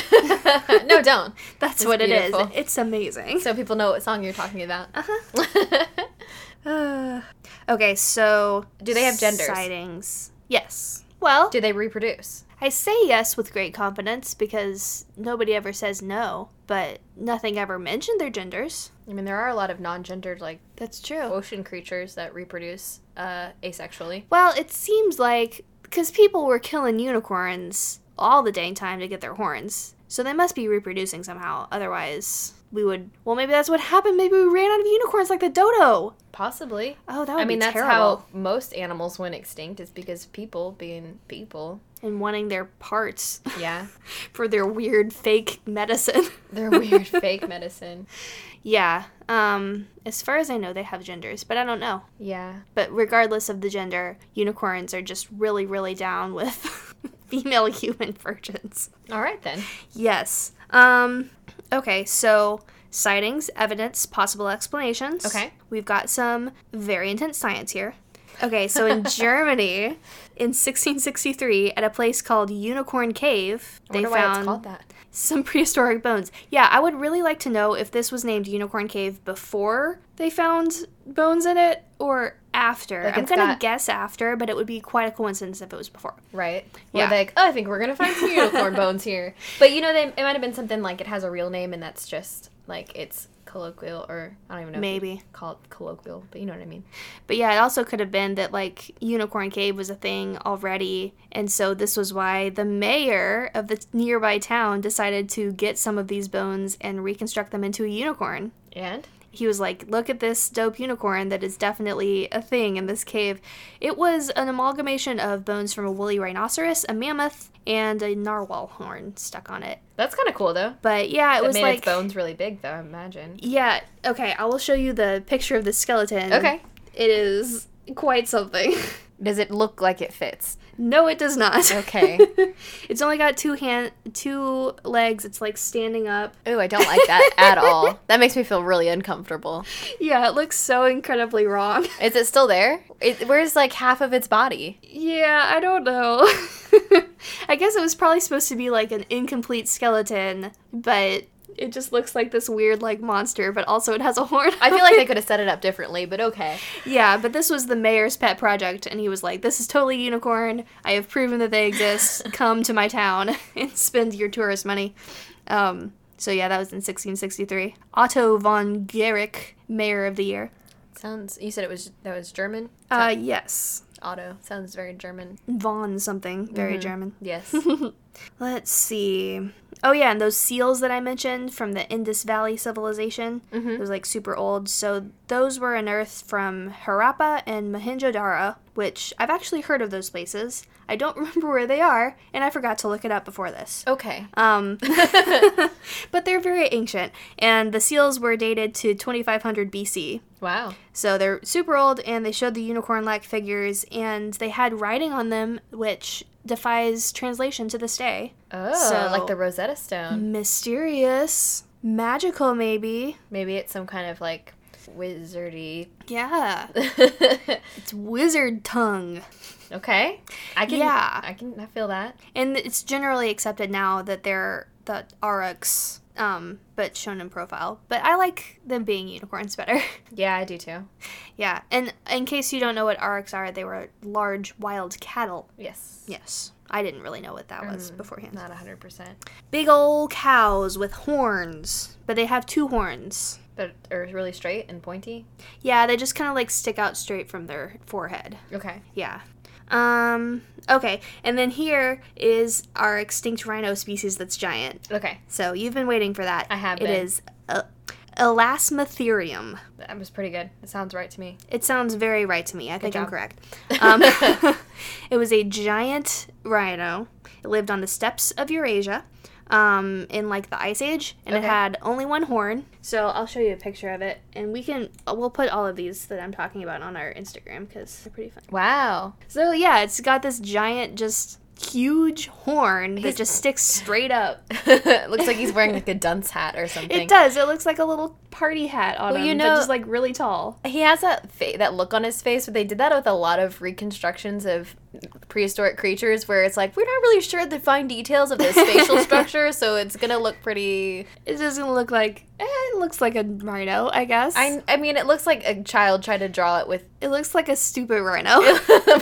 B: no, don't.
A: that's
B: It's
A: what it is.
B: beautiful.
A: It's amazing.
B: So people know what song you're talking about.
A: Uh, okay, so
B: Do they have genders?
A: Sightings. Yes. Well,
B: Do they reproduce?
A: I say yes with great confidence because nobody ever says no, but nothing ever mentioned their genders.
B: I mean, there are a lot of non-gendered like
A: That's true.
B: ocean creatures that reproduce uh, asexually.
A: Well, it seems like because people were killing unicorns all the dang time to get their horns, so they must be reproducing somehow. Otherwise, we would. Well, maybe that's what happened. Maybe we ran out of unicorns like the dodo.
B: Possibly.
A: Oh, that would
B: I mean,
A: be
B: that's
A: terrible.
B: how most animals went extinct is because people being people.
A: And wanting their parts
B: Yeah.
A: for their weird fake medicine.
B: They're weird fake medicine.
A: yeah. Um. As far as I know, they have genders, but I don't know.
B: Yeah.
A: But regardless of the gender, unicorns are just really, really down with female human virgins.
B: All right then.
A: Yes. Um okay, so sightings, evidence, possible explanations.
B: Okay.
A: We've got some very intense science here. Okay, so in Germany in 1663 at a place called Unicorn Cave,
B: I
A: they
B: wonder why it's called
A: found
B: that.
A: some prehistoric bones. Yeah, I would really like to know if this was named Unicorn Cave before they found bones in it or after. I'm
B: it's
A: going to
B: got-
A: guess after, but it would be quite a coincidence if it was before.
B: Right.
A: Yeah.
B: Yeah. Like, oh, I think we're gonna find some unicorn bones here. But you know, they, it might have been something like it has a real name, and that's just like it's colloquial, or I don't even know. if you
A: Maybe.
B: call it colloquial, but you know what I mean.
A: But yeah, it also could have been that like Unicorn Cave was a thing already, and so this was why the mayor of the nearby town decided to get some of these bones and reconstruct them into a unicorn.
B: And
A: He was like, "Look at this dope unicorn that is definitely a thing in this cave." It was an amalgamation of bones from a woolly rhinoceros, a mammoth, and a narwhal horn stuck on it.
B: that's kind of cool though.
A: But yeah, it
B: It
A: was
B: made
A: like
B: its bones really big though. I imagine.
A: yeah, okay, I will show you the picture of the skeleton.
B: Okay.
A: It is quite something.
B: Mm. Does it look like it fits?
A: No, it does not.
B: Okay.
A: it's only got two hand, two legs. It's like standing up.
B: Ooh, I don't like that at all. That makes me feel really uncomfortable.
A: Yeah, it looks so incredibly wrong.
B: Is it still there? It, where's like half of its body?
A: yeah, I don't know. I guess it was probably supposed to be like an incomplete skeleton, but it just looks like this weird like monster. But also, it has a horn.
B: I feel like they could have set it up differently, but okay.
A: yeah, but this was the mayor's pet project, and he was like, "This is totally unicorn. I have proven that they exist. Come to my town and spend your tourist money." Um, so yeah, that was in 1663. Otto von Guericke, mayor of the year.
B: Sounds. You said it was that was German.
A: Uh, yes,
B: Auto sounds very German.
A: von something, very German.
B: Yes.
A: Let's see. Oh yeah, and those seals that I mentioned from the Indus Valley civilization, it was like super old. So those were unearthed from Harappa and Mohenjo-daro, which I've actually heard of those places. I don't remember where they are, and I forgot to look it up before this.
B: okay.
A: Um, but they're very ancient, and the seals were dated to 2500 BC.
B: Wow.
A: So they're super old, and they showed the unicorn-like figures, and they had writing on them which defies translation to this day
B: Oh, Mm-hmm.
A: So-
B: like the Rosetta Stone.
A: mysterious, magical, maybe.
B: Maybe it's some kind of like wizardy.
A: Yeah,
B: okay.
A: it's wizard tongue.
B: I can.
A: Yeah.
B: I can. I feel that.
A: And it's generally accepted now that they're the RX, um, but shown in profile. But I like them being unicorns better.
B: Yeah, I do too.
A: yeah, and in case you don't know what RX are, they were large wild cattle.
B: Yes.
A: Yes, I didn't really know what that was beforehand.
B: Not 100%.
A: Big old cows with horns, but they have two horns.
B: But are really straight and pointy.
A: Yeah, they just kind of like stick out straight from their forehead.
B: Okay.
A: Yeah. Um, okay, and then here is our extinct rhino species that's giant.
B: Okay.
A: So you've been waiting for that.
B: I have
A: It
B: been.
A: is uh, elasmotherium.
B: That was pretty good. It sounds right to me.
A: It sounds very right to me. I think I'm
B: job.
A: correct. Um, it was a giant rhino. It lived on the steppes of Eurasia um, in like the Ice Age, and
B: Okay.
A: it had only one horn. So I'll show you a picture of it, and we can we'll put all of these that I'm talking about on our Instagram because they're pretty fun.
B: Wow.
A: So yeah, it's got this giant, just huge horn that
B: He's-
A: just sticks straight up.
B: Looks like he's wearing like a dunce hat or something.
A: It does. It looks like a little party hat on
B: Well,
A: him.
B: you
A: You
B: know-
A: know, just like really tall.
B: He has that fa- that look on his face, but they did that with a lot of reconstructions of prehistoric creatures, where it's like we're not really sure the fine details of this facial structure, so it's gonna look pretty.
A: It doesn't look like. Eh, it looks like a rhino, I guess.
B: I, I mean, it looks like a child tried to draw it with.
A: it looks like a stupid rhino.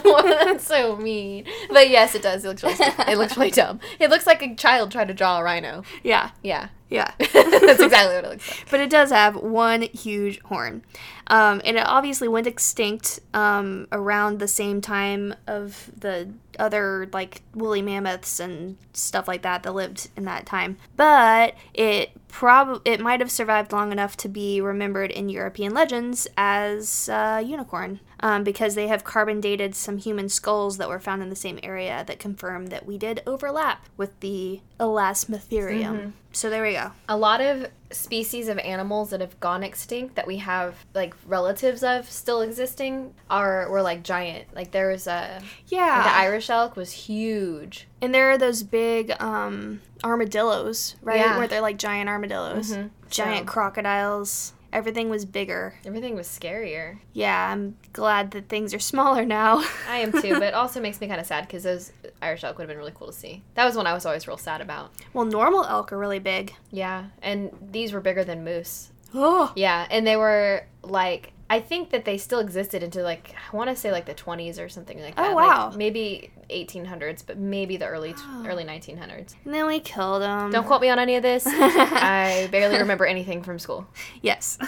B: That's so mean. But yes, it does. It looks really, stupid. it looks really dumb. It looks like a child tried to draw a rhino.
A: yeah,
B: Yeah,
A: yeah.
B: that's exactly what it looks like.
A: but it does have one huge horn. Um, and it obviously went extinct um, around the same time of the other, like, woolly mammoths and stuff like that that lived in that time. But it prob- it might have survived long enough to be remembered in European legends as a unicorn um, because they have carbon dated some human skulls that were found in the same area that confirm that we did overlap with the elasmotherium. So there we go.
B: a lot of species of animals that have gone extinct that we have like relatives of still existing are were like giant. Like there was a
A: Yeah.
B: the Irish elk was huge.
A: And there are those big um, armadillos, right?
B: Yeah.
A: Where they're like giant armadillos, giant
B: So-
A: crocodiles. Everything was bigger.
B: Everything was scarier.
A: Yeah, I'm glad that things are smaller now.
B: I am too, but it also makes me kind of sad because those Irish elk would have been really cool to see. That was one I was always real sad about.
A: well, normal elk are really big.
B: Yeah, and these were bigger than moose.
A: Oh,
B: Yeah, and they were like I think that they still existed into like I want to say like the 20s or something like
A: Oh,
B: that.
A: wow. Oh.
B: Like maybe 1800s, but maybe the early early 1900s.
A: and then we killed them.
B: Don't quote me on any of this. I barely remember anything from school.
A: Yes.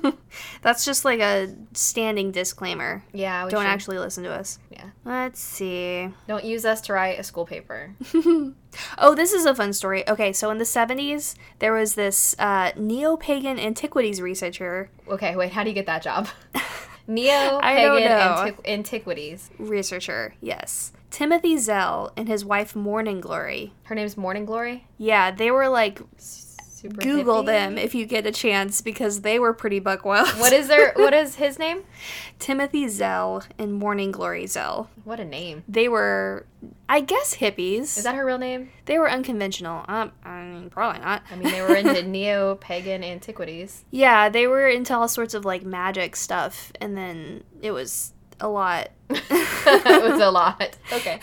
A: That's just like a standing disclaimer.
B: Yeah, we
A: Don't
B: should-
A: actually listen to us.
B: Yeah,
A: Let's see.
B: don't use us to write a school paper.
A: Oh, this is a fun story. Okay, so in the 70s, there was this uh, neo pagan antiquities researcher
B: Okay, wait. How do you get that job? Neo
A: I don't
B: pagan
A: know.
B: antiqu- antiquities.
A: researcher, yes. Timothy Zell and his wife Morning Glory.
B: Her name's Morning Glory.
A: Yeah, they were like
B: Super
A: Google
B: hippie.
A: them if you get a chance because they were pretty buck wild.
B: What is their? What is his name?
A: Timothy Zell and Morning Glory Zell?
B: What a name.
A: They were, I guess, hippies.
B: Is that her real name?
A: they were unconventional. Um, I mean, probably not.
B: I mean, they were into neo pagan antiquities.
A: yeah, they were into all sorts of like magic stuff, and then it was a lot.
B: it was a lot. Okay.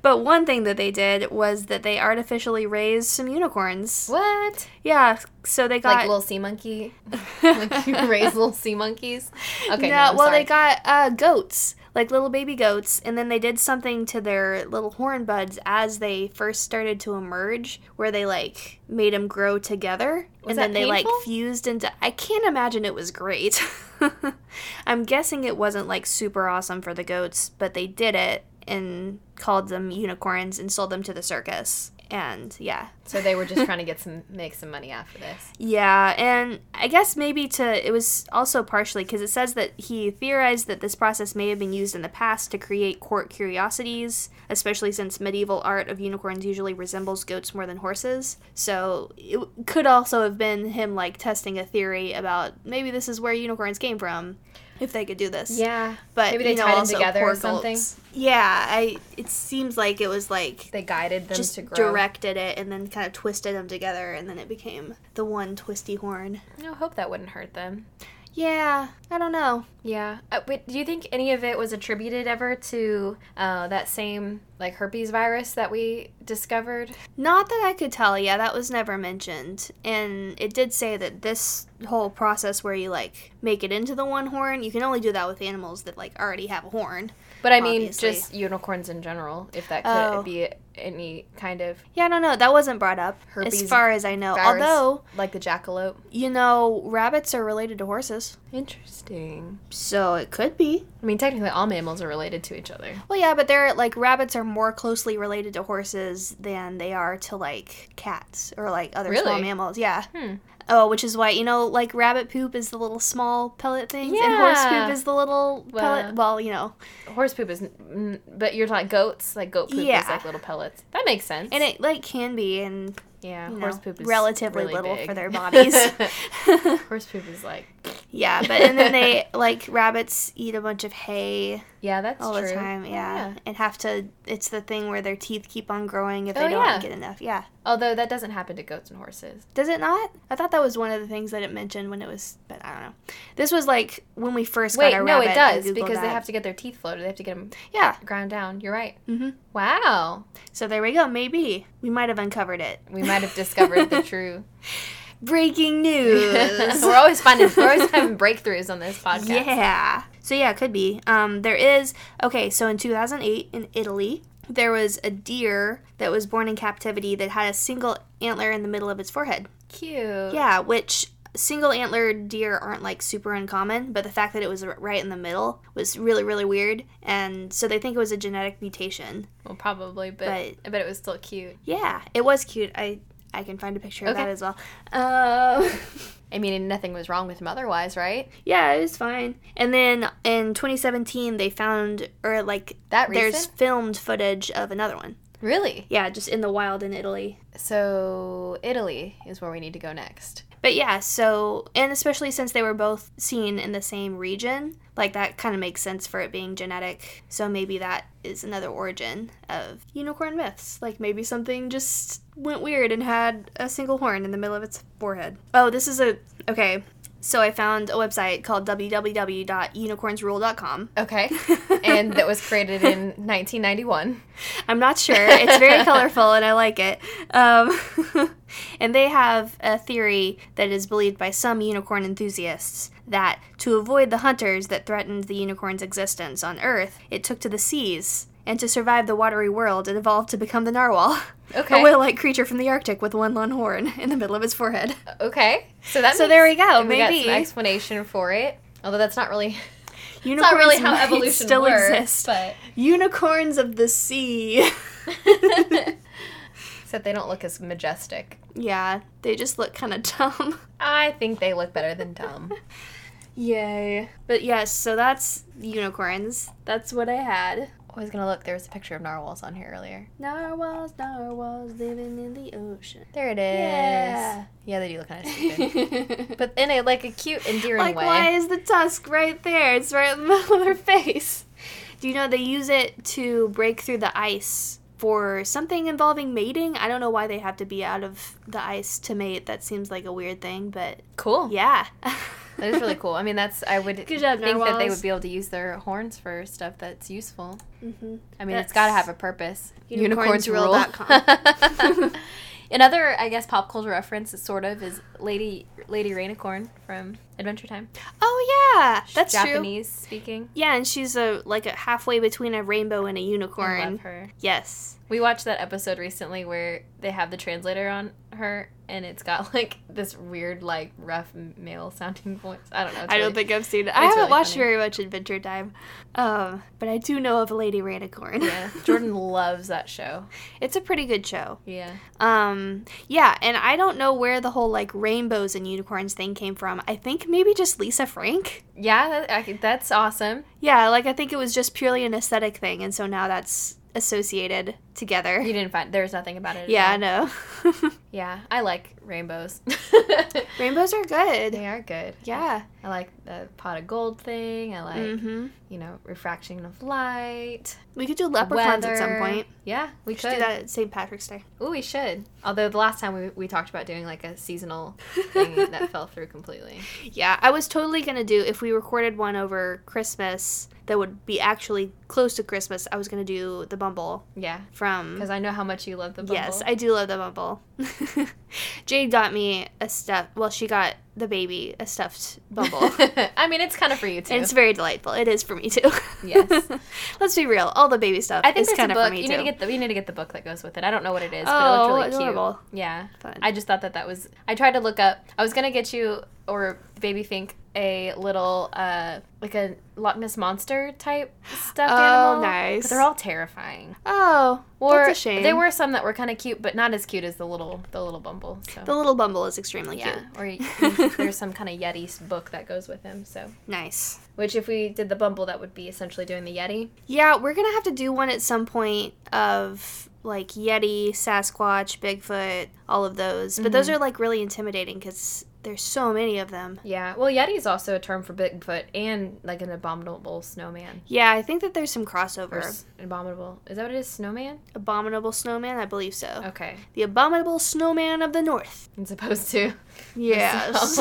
A: but one thing that they did was that they artificially raised some unicorns.
B: What?
A: Yeah, so they got
B: Like little sea monkey? Like you raise little sea monkeys? Okay. No,
A: Yeah,
B: I'm
A: well,
B: sorry.
A: they got uh, goats, like little baby goats, and then they did something to their little horn buds as they first started to emerge, where they like made them grow together,
B: Was
A: and then
B: that
A: they like
B: painful?
A: fused into. I can't imagine it was great. I'm guessing it wasn't like super awesome for the goats, but they did it and called them unicorns and sold them to the circus. And yeah,
B: So they were just trying to get some make some money after this.
A: Yeah, and I guess maybe to it was also partially because it says that he theorized that this process may have been used in the past to create court curiosities, especially since medieval art of unicorns usually resembles goats more than horses. So it could also have been him like testing a theory about maybe this is where unicorns came from, if they could do this.
B: Yeah,
A: but
B: maybe they
A: you know,
B: tied them
A: also
B: together
A: poor
B: or something.
A: goats. Yeah, I. It seems like it was like
B: They guided them
A: just
B: to grow.
A: directed it and then kind of twisted them together and then it became the one twisty horn.
B: I hope that wouldn't hurt them.
A: Yeah, I don't know.
B: Yeah. Uh, but do you think any of it was attributed ever to uh, that same like herpes virus that we discovered?
A: Not that I could tell. Yeah, that was never mentioned. And it did say that this whole process where you like make it into the one horn, you can only do that with animals that like already have a horn.
B: But I mean,
A: Obviously.
B: just unicorns in general. If that could
A: Oh.
B: be any kind of
A: Yeah, I don't know. That wasn't brought up
B: Herpes
A: as far as I know.
B: virus,
A: Although,
B: like the jackalope.
A: you know, rabbits are related to horses.
B: Interesting.
A: So it could be.
B: I mean, technically, all mammals are related to each other.
A: Well, yeah, but they're like rabbits are more closely related to horses than they are to like cats or like other small
B: Really?
A: mammals. Yeah.
B: Hmm.
A: Oh, which is why you know, like rabbit poop is the little small pellet things, and horse
B: Yeah.
A: poop is the little
B: Wow.
A: pellet. Well, you know,
B: Horse poop is, mm, but you're talking goats. Like goat poop is
A: Yeah.
B: like little pellets. That makes sense.
A: and it like can be, and
B: yeah,
A: you
B: horse
A: know,
B: poop is
A: relatively
B: really
A: little
B: big.
A: for their bodies.
B: horse poop is like
A: yeah, but and then they like rabbits eat a bunch of hay
B: yeah, that's
A: all
B: true. Oh,
A: the time. Yeah.
B: Yeah.
A: and have to. It's the thing where their teeth keep on growing if
B: Oh,
A: they don't
B: yeah.
A: get enough. Yeah,
B: Although that doesn't happen to goats and horses.
A: does it not? I thought that was one of the things that it mentioned when it was, but I don't know. This was like when we first
B: Wait,
A: got our
B: no,
A: rabbit.
B: it
A: I
B: does
A: Googled
B: because they
A: that.
B: have to get their teeth floated. They have to Mm-hmm. get them
A: Yeah,
B: ground down. You're right.
A: Mhm.
B: Wow,
A: so there we go. Maybe we might have uncovered it.
B: we might have discovered the true.
A: Breaking news.
B: we're always finding. We're always having breakthroughs on this podcast.
A: Yeah. So yeah, it could be. Um, there is okay. So in 2008 in Italy, there was a deer that was born in captivity that had a single antler in the middle of its forehead.
B: Cute.
A: Yeah, which single antler deer aren't like super uncommon, but the fact that it was r- right in the middle was really really weird, and so they think it was a genetic mutation.
B: Well, probably, but,
A: But-
B: I bet it was still cute.
A: Yeah, it was cute. I I can find a picture of
B: Okay.
A: that as well. Um.
B: I mean, and nothing was wrong with him otherwise, right?
A: Yeah, it was fine. And then in 2017, they found, or like,
B: That
A: there's
B: recent?
A: filmed footage of another one.
B: Really?
A: Yeah, just in the wild in Italy.
B: So Italy is where we need to go next.
A: But yeah, so, and especially since they were both seen in the same region, like, that kind of makes sense for it being genetic. So maybe that is another origin of unicorn myths. Like, maybe something just went weird and had a single horn in the middle of its forehead. Oh, this is a, okay. So I found a website called www.unicornsrule.com.
B: Okay. and that was created in 1991.
A: I'm not sure. It's very colorful and I like it. Um, and they have a theory that is believed by some unicorn enthusiasts that to avoid the hunters that threatened the unicorn's existence on Earth, it took to the seas. And to survive the watery world, it evolved to become the narwhal,
B: Okay.
A: a whale like creature from the Arctic with one long horn in the middle of his forehead.
B: Okay. So that
A: So
B: makes-
A: there we go,
B: We got some
A: maybe.
B: explanation for it. Although that's not really
A: Unicorns
B: not really how
A: might
B: evolution
A: still
B: works,
A: exist.
B: but
A: Unicorns of the sea.
B: except they don't look as majestic.
A: yeah, they just look kind of dumb.
B: I think they look better than dumb.
A: Yay. But yes, so that's unicorns. That's what I had.
B: I was gonna look. There was a picture of narwhals on here earlier.
A: Narwhals, narwhals living in the ocean.
B: There it is.
A: Yeah.
B: Yeah, they do look kind of stupid.
A: like,
B: but in a like a cute, endearing way.
A: why is the tusk right there? It's right in the middle of their face. Do you know they use it to break through the ice for something involving mating? I don't know why they have to be out of the ice to mate. That seems like a weird thing, but
B: Cool.
A: yeah.
B: Oh. That is really cool. I mean, that's I would
A: Good job,
B: think that they
A: narwhals.
B: would be able to use their horns for stuff that's useful.
A: Mhm.
B: I mean,
A: That's-
B: it's got to have a purpose.
A: Unicorns rule dot
B: rule. Another, I guess, pop culture reference, is sort of, is Lady Lady Rainicorn from Adventure Time.
A: Oh yeah, that's true.
B: Japanese speaking.
A: Yeah, and she's a like a halfway between a rainbow and a unicorn.
B: I love her.
A: Yes.
B: We watched that episode recently where they have the translator on her, and it's got like this weird, like rough male sounding voice. I don't know. it's
A: I
B: really-
A: don't think I've seen it. I
B: it's
A: haven't
B: really
A: watched
B: funny.
A: very much Adventure Time, um, but I do know of Lady Rainicorn.
B: Yeah, Jordan loves that show.
A: it's a pretty good show.
B: Yeah.
A: Um, yeah, and I don't know where the whole like rainbows and unicorns thing came from. I think maybe just Lisa Frank.
B: Yeah, that, I, could- that's awesome.
A: Yeah, like I think it was just purely an aesthetic thing, and so now that's associated together.
B: You didn't find there's nothing about it. at
A: yeah, I
B: all.
A: know.
B: yeah, I like rainbows.
A: rainbows are good.
B: they are good.
A: Yeah.
B: I like the pot of gold thing. I like,
A: Mhm.
B: you know, refraction of light.
A: We could do leprechauns at some
B: weather.
A: point.
B: Yeah, we
A: We should
B: could.
A: do that at St. Patrick's Day.
B: Ooh, we should. Although the last time we, we talked about doing like a seasonal thing that fell through completely.
A: Yeah, I was totally gonna do if we recorded one over Christmas that would be actually close to Christmas. I was gonna do the Bumble
B: Yeah,
A: from
B: because I know how much you love the bubble.
A: Yes, I do love the Bumble. Jade got me a stuff. Well, she got the baby a stuffed Bumble.
B: I mean, it's kind of for you too.
A: And it's very delightful. It is for me too.
B: Yes.
A: Let's be real. All the baby stuff
B: I think
A: is
B: there's
A: kind
B: a
A: of for
B: book.
A: me
B: You
A: too.
B: need to get the you need to get the book that goes with it. I don't know what it is,
A: oh,
B: but it looked really
A: adorable.
B: cute. Yeah.
A: Fun.
B: I just thought that that was. I tried to look up. I was gonna get you or baby think a little uh like a Loch Ness monster type stuffed
A: Oh,
B: animal.
A: nice.
B: But they're all terrifying.
A: Oh,
B: Or
A: that's a shame.
B: there were some that were kind of cute, but not as cute as the little the little bumble. So
A: the little Bumble is extremely
B: yeah.
A: cute.
B: Or you, you- there's some kind of yeti book that goes with him. So
A: Nice.
B: which if we did the bumble, that would be essentially doing the yeti.
A: Yeah, we're gonna have to do one at some point of like Yeti, Sasquatch, Bigfoot, all of those. But those are like really intimidating because there's so many of them.
B: Yeah. Well, yeti is also a term for Bigfoot and like an abominable snowman.
A: Yeah, I think that there's some
B: Or
A: crossover.
B: s- abominable. Is that what it is? Snowman?
A: Abominable Snowman, I believe so.
B: Okay.
A: The Abominable Snowman of the North.
B: It's supposed to.
A: Yes.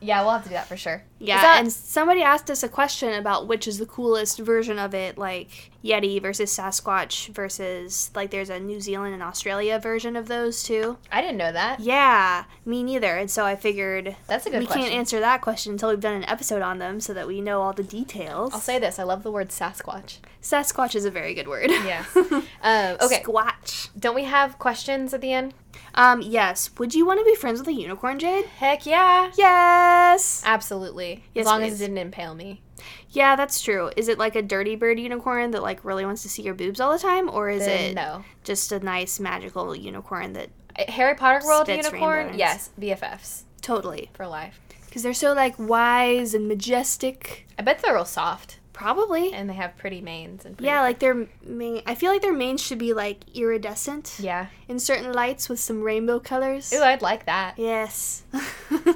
B: Yeah, we'll have to do that for sure.
A: yeah,
B: Is that-
A: and somebody asked us a question about which is the coolest version of it, like Yeti versus Sasquatch versus like there's a New Zealand and Australia version of those too.
B: I didn't know that.
A: Yeah, me neither. And so I figured
B: That's a good
A: we
B: question.
A: can't answer that question until we've done an episode on them so that we know all the details.
B: I'll say this. I love the word Sasquatch.
A: Sasquatch is a very good word.
B: Yes. um, okay.
A: Squatch.
B: Don't we have questions at the end?
A: Um, yes. Would you want to be friends with a unicorn, Jade?
B: Heck yeah.
A: Yes.
B: Absolutely.
A: Yes,
B: as long
A: please.
B: as it didn't impale me.
A: Yeah, that's true. Is it like a dirty bird unicorn that like really wants to see your boobs all the time, or is
B: Then
A: it
B: no.
A: just a nice magical unicorn that
B: Uh, Harry Potter World
A: Spits
B: Unicorn?
A: rainbows.
B: Yes. BFFs
A: totally?
B: for life.
A: Because they're so like wise and majestic.
B: I bet they're real soft
A: Probably.
B: and they have pretty manes and pretty
A: yeah, like their mane. I feel like their mane should be like iridescent
B: Yeah.
A: in certain lights with some rainbow colors.
B: Ooh, I'd like that. Uh,
A: yes.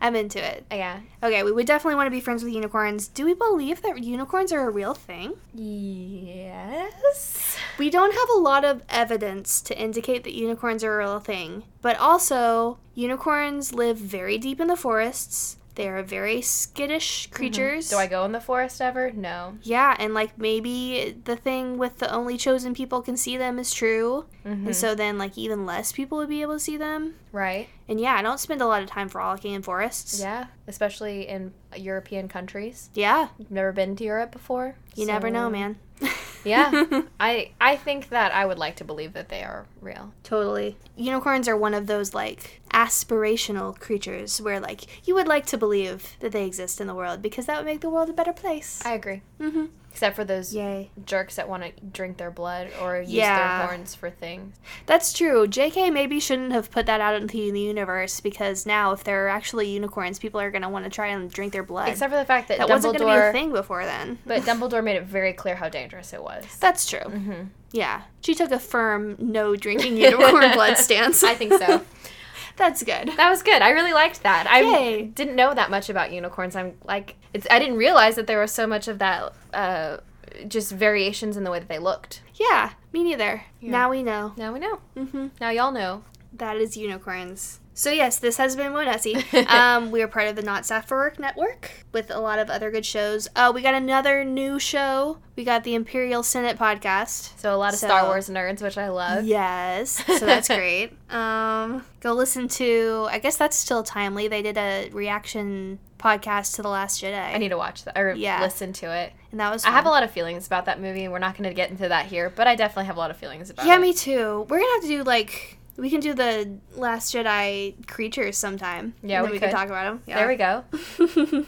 A: I'm into it.
B: Yeah.
A: Okay, we would definitely want to be friends with unicorns. Do we believe that unicorns are a real thing?
B: Yes.
A: We don't have a lot of evidence to indicate that unicorns are a real thing, but also, unicorns live very deep in the forests. They are very skittish creatures.
B: Mm-hmm. Do I go in the forest ever? No.
A: Yeah, and like maybe the thing with the only chosen people can see them is true. And so then, like, even less people would be able to see them.
B: Mm-hmm. Right.
A: And yeah, I don't spend a lot of time frolicking in forests.
B: Yeah, especially in European countries.
A: Yeah,
B: I've never been to Europe before.
A: you never know,
B: so-
A: man.
B: yeah, I I think that I would like to believe that they are real.
A: Totally. Unicorns are one of those like aspirational creatures where like you would like to believe that they exist in the world because that would make the world a better place.
B: I agree.
A: mm-hmm.
B: Except for those
A: Yay.
B: jerks that want to drink their blood or use
A: Yeah.
B: their horns for things.
A: That's true. JK maybe shouldn't have put that out into the universe because now if there are actually unicorns, people are going to want to try and drink their blood.
B: Except for the fact that,
A: that wasn't going to be a
B: Dumbledore.
A: thing before then.
B: But Dumbledore made it very clear how dangerous it was.
A: That's true.
B: Mm-hmm.
A: Yeah. She took a firm no drinking unicorn blood stance.
B: I think so.
A: That's good.
B: That was good. I really liked that. I
A: Yay.
B: didn't know that much about unicorns. I'm like, it's, I didn't realize that there was so much of that, uh, just variations in the way that they looked.
A: Yeah, me neither. Now we know.
B: Now we know. Mm-hmm. Now y'all know.
A: That is unicorns. So yes, this has been Monesi. um, we are part of the Not Staff for Work network with a lot of other good shows. Uh, we got another new show. We got the Imperial Senate podcast.
B: So a lot of
A: So-
B: Star Wars nerds, which I love.
A: Yes, so that's great. Um, go listen to. I guess that's still timely. They did a reaction podcast to the Last Jedi,
B: I need to watch that or
A: Yeah.
B: listen to it.
A: and that was.
B: I have a
A: fun.
B: lot of feelings about that movie, and we're not going to get into that here. But I definitely have a lot of feelings about
A: Yeah,
B: it.
A: me too. We're gonna have to do like we can do the Last Jedi creatures sometime.
B: Yeah,
A: and then
B: we
A: we, can
B: could.
A: talk about them. Yeah.
B: There we go. Ooh,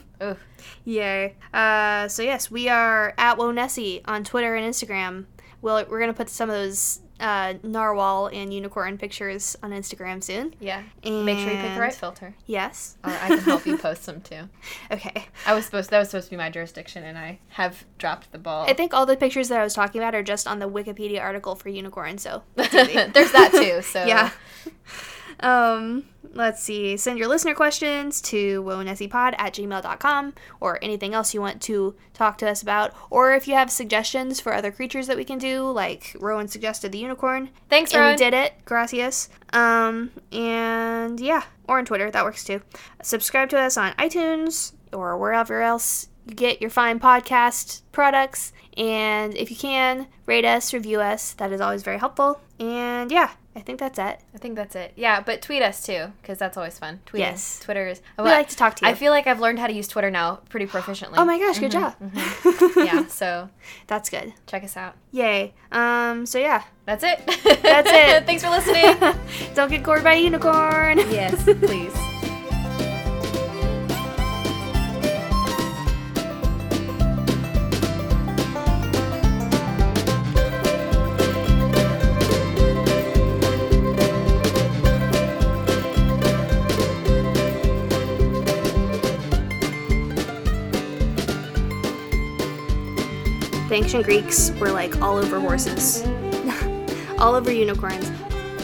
A: Yay. Uh, so, yes, we are at Wonessie on Twitter and Instagram. We'll, we're going to put some of those uh, narwhal and unicorn pictures on Instagram soon.
B: yeah.
A: And
B: Make sure you pick the right filter.
A: Yes.
B: Or I can help you post some too.
A: okay.
B: I was supposed that was supposed to be my jurisdiction, and I have dropped the ball.
A: I think all the pictures that I was talking about are just on the Wikipedia article for unicorn, so
B: There's that too. So
A: yeah. Um, let's see. Send your listener questions to wonessypod at gmail.com or anything else you want to talk to us about. Or if you have suggestions for other creatures that we can do, like Rowan suggested the unicorn.
B: Thanks,
A: and
B: Rowan.
A: we did it. Gracias. Um, and yeah, or on Twitter. That works too. Subscribe to us on iTunes or wherever else you get your fine podcast products. And if you can, rate us, review us. That is always very helpful. And yeah, I think that's it.
B: I think that's it. Yeah, but tweet us too, because that's always fun. Tweet
A: Yes.
B: us. Twitter is.
A: We like to talk to you.
B: I feel like I've learned how to use Twitter now pretty proficiently.
A: Oh my gosh, good job.
B: Mm-hmm, yeah, so
A: That's good.
B: check us out.
A: Yay. Um, so yeah.
B: That's it.
A: That's it.
B: Thanks for listening.
A: Don't get gored by a unicorn.
B: yes, please.
A: The ancient Greeks were like all over horses. all over unicorns.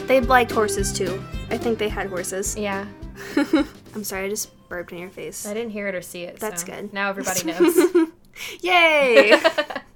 A: They liked horses too. I think they had horses.
B: Yeah,
A: I'm sorry, I just burped in your face.
B: I didn't hear it or see it.
A: That's
B: so
A: good.
B: Now everybody knows.
A: Yay!